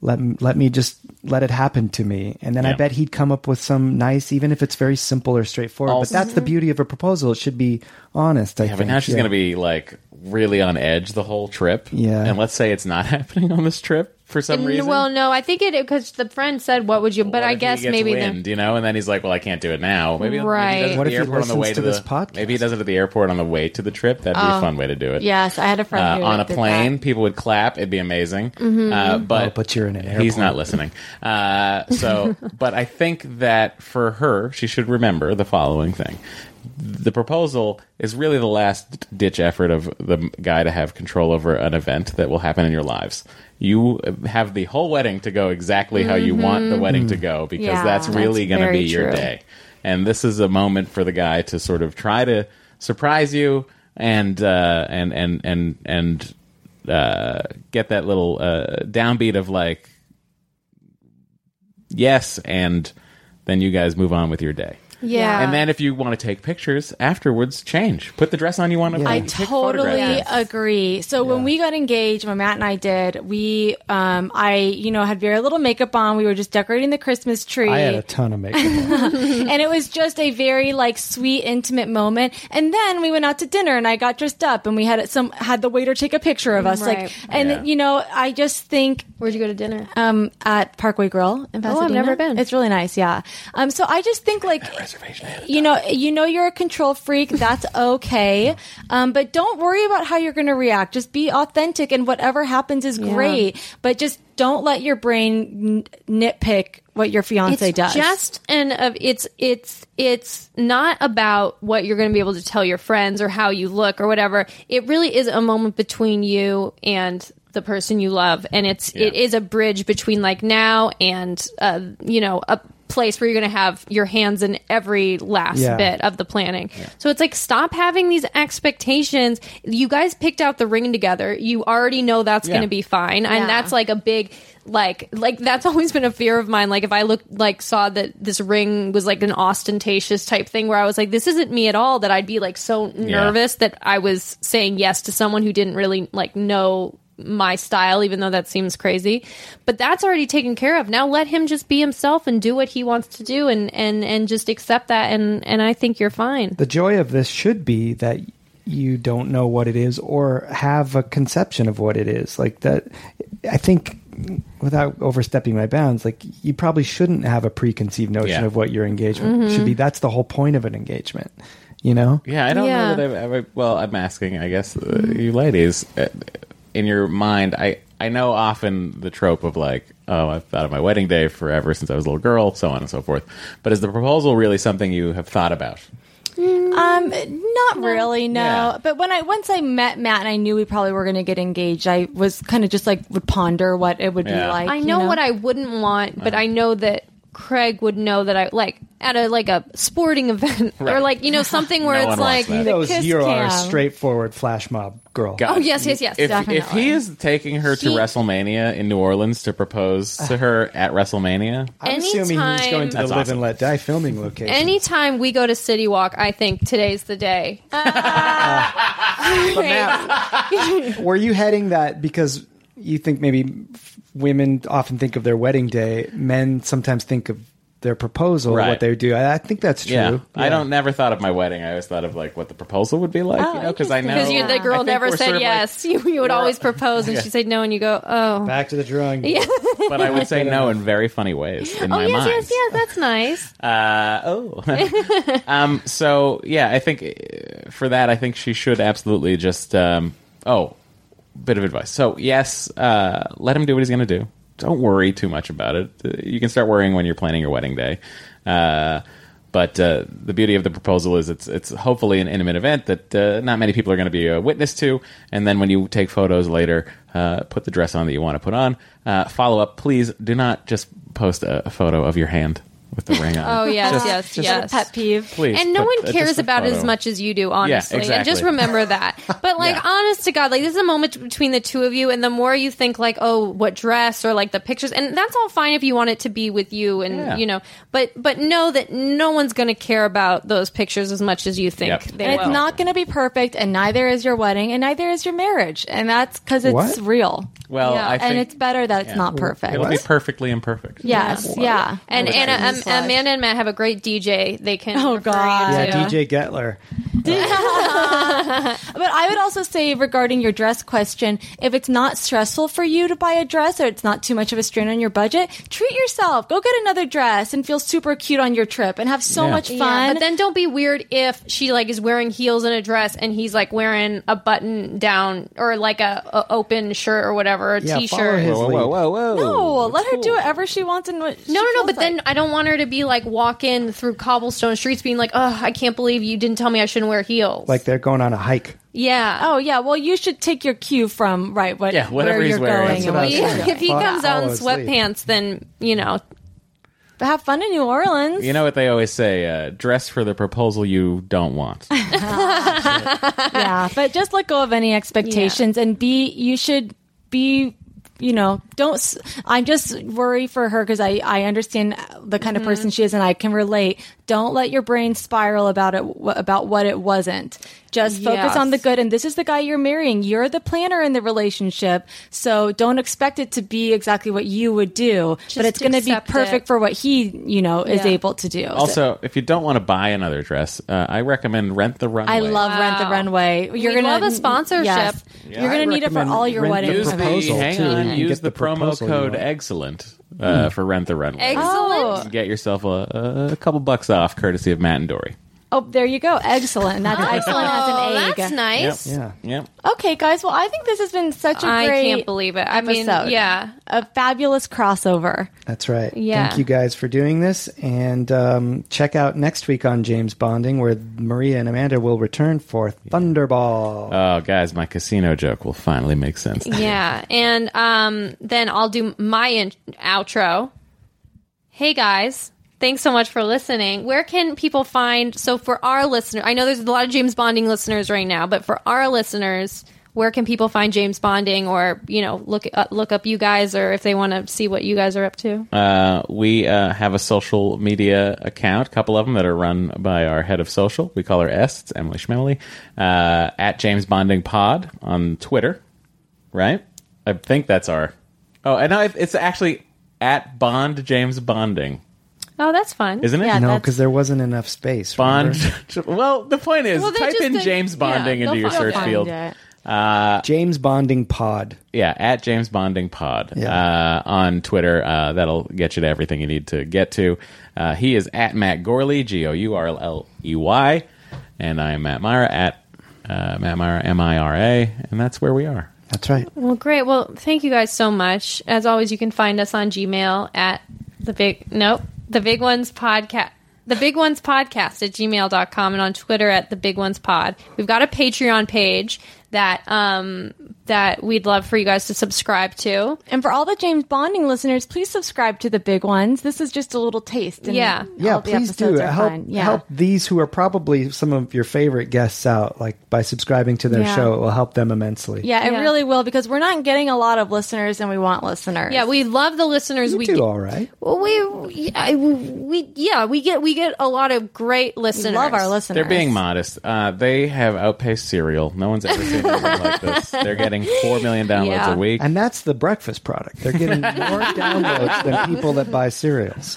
S4: "Let m- let me just let it happen to me," and then I
S5: Yeah.
S4: bet he'd come up with some nice, even if it's very simple or straightforward.
S5: Also-
S4: but that's the beauty of a proposal; it should be honest. I
S5: Yeah, but
S4: think
S5: now she's
S4: Yeah.
S5: going to be like really on edge the whole trip.
S4: Yeah.
S5: And let's say it's not [laughs] happening on this trip for some
S3: And-
S5: reason.
S3: Mm, Well, no, I think it because the friend said, "What would you?" But
S5: What
S3: I
S5: if he
S3: guess
S5: gets
S3: maybe then
S5: wind, you know, and then he's like, "Well, I can't do it now." Maybe, he'll-
S3: Right.
S5: maybe he does it at
S4: What
S5: the
S4: if he
S5: airport on the
S4: listens
S5: way
S4: to
S5: to, the
S4: this podcast?
S5: Maybe he does it at the airport on the way to the trip. That'd be
S3: Uh,
S5: a fun way to do it.
S2: Yes, I had a friend
S5: Uh,
S2: who
S5: on a
S2: did that. Mm-hmm.
S5: plane, people would clap. It'd be amazing. Uh, but
S4: Oh, but you're in an
S5: He's
S4: airport.
S5: not listening. Uh,
S2: [laughs]
S5: so, but I think that for her, she should remember the following thing: the proposal is really the last ditch effort of the guy to have control over an event that will happen in your lives. You have the whole wedding to go exactly how you want the
S2: Mm-hmm.
S5: wedding to go because
S2: Yeah,
S5: that's really
S2: that's
S5: going to
S2: very
S5: be your
S2: true.
S5: day. And this is a moment for the guy to sort of try to surprise you and uh, and and and and uh, get that little uh, downbeat of like yes, and then you guys move on with your day.
S2: Uh,
S3: yeah,
S5: And then if you want to take pictures afterwards, change. Put the dress on you want to.
S2: I
S5: take
S2: totally
S5: photographs.
S2: agree. So when we got engaged, when Matt and I did, we, um, I, you know, had very little makeup on. We were just decorating the Christmas tree,
S4: I had a ton of makeup. on.
S2: and it was just a very like sweet, intimate moment. And then we went out to dinner, and I got dressed up, and we had some had the waiter take a picture of us,
S3: Right.
S2: like, and
S5: Yeah.
S2: you know, I just think
S3: where'd you go to dinner?
S2: um, at Parkway Grill in Pasadena.
S3: never been.
S2: It's really nice, yeah. Um, so I just think like
S5: Reservation ahead of
S2: you know, you know, you're a control freak. That's okay. Um, but don't worry about how you're going to react. Just be authentic, and whatever happens is great. But just don't let your brain n- nitpick what your
S3: it's
S2: fiance does.
S3: just and of it's it's it's not about what you're going to be able to tell your friends or how you look or whatever. It really is a moment between you and the person you love, and it's it
S5: Yeah.
S3: is a bridge between like now and uh, you know a place where you're going to have your hands in every last
S4: Yeah.
S3: bit of the planning. So it's like stop having these expectations. You guys picked out the ring together. You already know that's
S5: Yeah.
S3: going to be fine.
S2: Yeah.
S3: And that's like a big like like that's [laughs] always been a fear of mine. Like if I looked like saw that this ring was like an ostentatious type thing where I was like, this isn't me at all, that I'd be like so nervous that I was saying yes to someone who didn't really like know my style, even though that seems crazy. But that's already taken care of. Now let him just be himself and do what he wants to do and and and just accept that and and I think you're fine.
S4: the joy of this should be that you don't know what it is or have a conception of what it is like that i think without overstepping my bounds like you probably shouldn't have a preconceived notion
S5: Yeah.
S4: of what your engagement
S3: Mm-hmm.
S4: should be that's the whole point of an engagement you know
S5: Yeah, I don't
S3: Yeah.
S5: know that I've ever. Well, I'm asking, I guess, uh, you ladies, uh, in your mind, I I know often the trope of like, oh, I've thought of my wedding day forever since I was a little girl, so on and so forth. But is the proposal really something you have thought about?
S2: Um, not really, no.
S5: Yeah.
S2: But when I once I met Matt and I knew we probably were going to get engaged, I was kind of just like would ponder what it would
S5: Yeah.
S2: be like.
S3: I
S2: you
S3: know, what I wouldn't want,
S5: Uh-huh.
S3: but I know that Craig would know that I like at a like a sporting [laughs] event or
S5: Right.
S3: like you know something where
S5: [laughs] No
S3: it's
S5: one
S3: like
S5: wants
S4: he
S5: that.
S3: the
S4: knows
S3: kiss
S4: you are a
S3: cam.
S4: straightforward flash mob girl
S5: God,
S3: Oh, yes, yes, yes,
S5: If,
S2: definitely.
S5: if he is taking her to
S3: He-
S5: WrestleMania in New Orleans to propose to her at WrestleMania,
S4: i'm assuming he's going to the
S5: That's
S4: live
S5: awesome.
S4: and let die filming location
S3: Anytime we go to City Walk, I think today's the day.
S5: Oh,
S4: But Matt, were you heading that because you think maybe f- women often think of their wedding day, men sometimes think of their proposal, what
S5: Right.
S4: they do. I, I think that's true.
S5: Yeah. I
S4: Yeah.
S5: don't never thought of my wedding. I always thought of like what the proposal would be like,
S2: Oh,
S5: you know, because I know
S2: interesting.
S3: Because you, the
S5: I
S3: girl
S5: think
S3: never
S5: we're sort
S3: said
S5: of, like,
S3: yes. [laughs] you, you would always propose, and she said no, and you go, oh,
S4: Back to the drawing [laughs] board.
S5: but I
S3: [laughs]
S5: would say no in very funny ways in
S3: oh
S5: my
S3: yes,
S5: mind.
S3: yes, yes, that's
S5: [laughs]
S3: nice.
S5: Uh, oh. um, so yeah, I think uh, for that, I think she should absolutely just. Um, oh, bit of advice. So yes, uh, let him do what he's going to do. Don't worry too much about it. Uh, You can start worrying when you're planning your wedding day. Uh, but uh, the beauty of the proposal is it's it's hopefully an intimate event that uh, not many people are going to be a witness to. And then when you take photos later, uh, put the dress on that you want to put on. Uh, follow up, please. Do not just post a, a photo of your hand with the ring on.
S3: Oh yes,
S5: Just-
S3: yes,
S5: just-
S3: yes.
S2: Pet peeve.
S5: Please,
S3: and no
S5: put- uh,
S3: one
S5: just
S3: cares
S5: a
S3: about it as
S5: photo.
S3: much as you do, honestly. And just
S5: exactly. [laughs]
S3: remember that. But like,
S5: Yeah.
S3: honest to God, like this is a moment between the two of you, and the more you think like, oh, what dress or like the pictures, and that's all fine if you want it to be with you, and
S5: Yeah.
S3: you know, but but know that no one's going to care about those pictures as much as you think
S5: Yep.
S3: they
S2: And
S3: will.
S2: it's not going to be perfect, and neither is your wedding, and neither is your marriage, and that's because it's
S4: What?
S2: real.
S5: Well,
S3: Yeah.
S5: I
S2: and
S5: think
S2: it's better that it's not perfect.
S5: It'll be perfectly imperfect.
S2: Yes, yeah.
S3: and and um, Amanda and Matt have a great DJ. They can.
S2: Oh,
S3: refer you
S2: God.
S4: Yeah,
S3: to.
S4: DJ Getler.
S2: But I would also say regarding your dress question, if it's not stressful for you to buy a dress or it's not too much of a strain on your budget, treat yourself. Go get another dress and feel super cute on your trip and have so
S5: Yeah.
S2: much fun.
S5: Yeah,
S3: Yeah, but then don't be weird if she like is wearing heels and a dress and he's like wearing a button down or like a, a open shirt or whatever, a
S4: Yeah, follow
S3: shirt
S4: his
S5: Whoa, whoa, whoa, whoa!
S2: no,
S5: It's
S2: let her do
S5: cool.
S2: whatever she wants and what
S3: No, no, no. But then I don't want her to be like walking through cobblestone streets, being like, "Oh, I can't believe you didn't tell me I shouldn't wear heels."
S4: Like they're going on a hike.
S3: yeah.
S2: Oh yeah, well you should take your cue from right what
S5: Yeah, whatever
S2: where
S5: he's
S2: you're
S5: wearing.
S2: going
S5: That's
S2: and
S4: what I
S2: what
S4: was
S2: you're
S4: thinking.
S2: doing.
S3: if he
S4: Fuck,
S3: comes out in
S4: Oh, follow his lead.
S3: sweatpants, then you know.
S2: But [laughs] have fun in New Orleans.
S5: You know what they always say: uh, dress for the proposal you
S4: [laughs]
S5: don't want.
S2: [laughs] yeah, but just let go of any expectations and be. You should be. You know, don't. s- I just worry for her because I I understand the kind of
S3: Mm-hmm.
S2: person she is and I can relate. Don't let your brain spiral about it wh- about what it wasn't. Just focus
S3: Yes.
S2: on the good. And this is the guy you're marrying. You're the planner in the relationship, so don't expect it to be exactly what you would do. but
S3: Just
S2: it's going to be
S3: accept it.
S2: perfect for what he you know is
S3: Yeah.
S2: able to do.
S5: also, if you don't want to buy another dress, uh, I recommend rent the runway.
S2: I love Rent the
S3: Wow.
S2: Runway. You're
S3: We
S2: gonna
S3: love a sponsorship.
S2: Yes.
S5: Yeah,
S2: You're
S5: I
S2: gonna need it for
S4: recommend
S2: all your
S4: Rent the
S2: wedding.
S5: Use the,
S4: proposal,
S5: hang
S4: too.
S5: on,
S4: You can
S5: use
S4: get
S5: the,
S4: the
S5: promo
S4: proposal you
S5: code
S4: want. Hmm.
S5: excellent uh, for rent the runway.
S3: Excellent.
S5: Get yourself a, a couple bucks off, courtesy of Matt and Dory.
S2: Oh, there you go. Excellent. That's excellent
S3: Oh,
S2: as an egg.
S3: that's nice.
S4: Yeah.
S5: Yep.
S2: Okay, guys. Well, I think this has been such a
S3: I
S2: great
S3: can't believe it. I mean,
S2: episode.
S3: yeah.
S2: a fabulous crossover.
S4: That's right.
S3: Yeah.
S4: Thank you guys for doing this. And um, check out next week on James Bonding, where Maria and Amanda will return for Thunderball.
S5: Oh, guys, my casino joke will finally
S4: [laughs]
S5: make sense.
S3: Yeah, and um, then I'll do my in- outro. Hey guys, thanks so much for listening. Where can people find? So for our listener, I know there's a lot of James Bonding listeners right now, but for our listeners, where can people find James Bonding, or you know, look uh, look up you guys, or if they want to see what you guys are up to?
S5: Uh, we uh, have a social media account, a couple of them that are run by our head of social. We call her S. It's Emily Schmemily. Uh, at James Bonding Pod on Twitter, right? I think that's our. Oh, and I, it's actually at Bond James Bonding,
S3: oh, that's fun.
S5: isn't it?
S2: Yeah,
S4: No,
S2: that's-
S4: because there wasn't enough space.
S5: Bond.
S4: remember?
S5: [laughs] well, the point is,
S3: Well, they
S5: type
S3: just
S5: in
S3: think-
S5: James Bonding
S3: yeah,
S5: into
S3: they'll
S5: your
S3: find
S5: search
S3: it.
S5: field. uh,
S4: James Bonding Pod.
S5: yeah, at James Bonding Pod
S4: Yeah.
S5: uh, on Twitter. Uh, that'll get you to everything you need to get to. Uh, he is at Matt Gorley, G O U R L L E Y, and I am Matt Myra at uh, Matt Myra M I R A, and that's where we are.
S4: That's right.
S3: Well, great. Well, thank you guys so much. As always, you can find us on Gmail at the big nope, the big ones podcast. The Big Ones Podcast at gmail.com and on Twitter at The Big Ones Pod. We've got a Patreon page that um, that we'd love for you guys to subscribe to.
S2: And for all the James Bonding listeners, please subscribe to the big ones. This is just a little taste. And
S3: Yeah.
S4: Yeah,
S2: all the
S4: please do.
S2: episodes are
S4: Help,
S2: fun. Yeah.
S4: help these who are probably some of your favorite guests out. Like by subscribing to their
S2: Yeah.
S4: show, it will help them immensely.
S2: Yeah, it
S3: Yeah.
S2: really will because we're not getting a lot of listeners, and we want listeners.
S3: Yeah, we love the listeners
S4: You
S3: we
S4: do
S3: get.
S4: all right.
S3: Well, we, I- we yeah, we get we get a lot of great listeners.
S2: love our listeners.
S5: They're being modest. Uh, they have outpaced Serial. No one's ever seen anything like this. They're getting 4 million downloads
S3: Yeah.
S5: a week.
S4: And that's the breakfast product.
S2: [laughs]
S4: They're getting more downloads than people that buy cereals.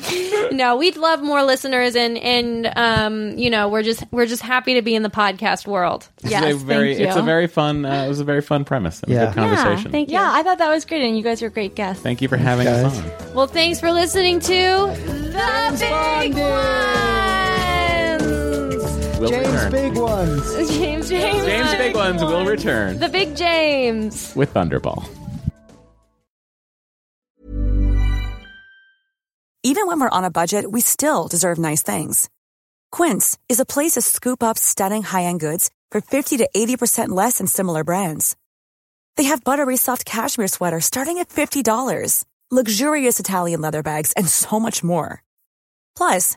S3: no we'd love more listeners and and um you know we're just we're just happy to be in the podcast world
S5: It's a
S2: Yes,
S5: very-
S2: thank you.
S5: It's a very fun. Uh, it was a very fun premise and
S4: Yeah.
S5: a good conversation.
S3: thank you
S2: Yeah, I thought that was great, and you guys were great guests.
S5: Thank you for having us
S4: guys.
S5: on.
S3: well thanks for listening to the big ones
S5: We'll
S4: James
S5: return.
S4: Big Ones.
S3: [laughs] james james
S5: James Big Ones will return
S3: the big james
S5: with Thunderball.
S7: Even when we're on a budget, we still deserve nice things. Quince is a place to scoop up stunning high end goods for 50 to 80% less than similar brands. They have buttery soft cashmere sweaters starting at $50, luxurious Italian leather bags, and so much more. Plus,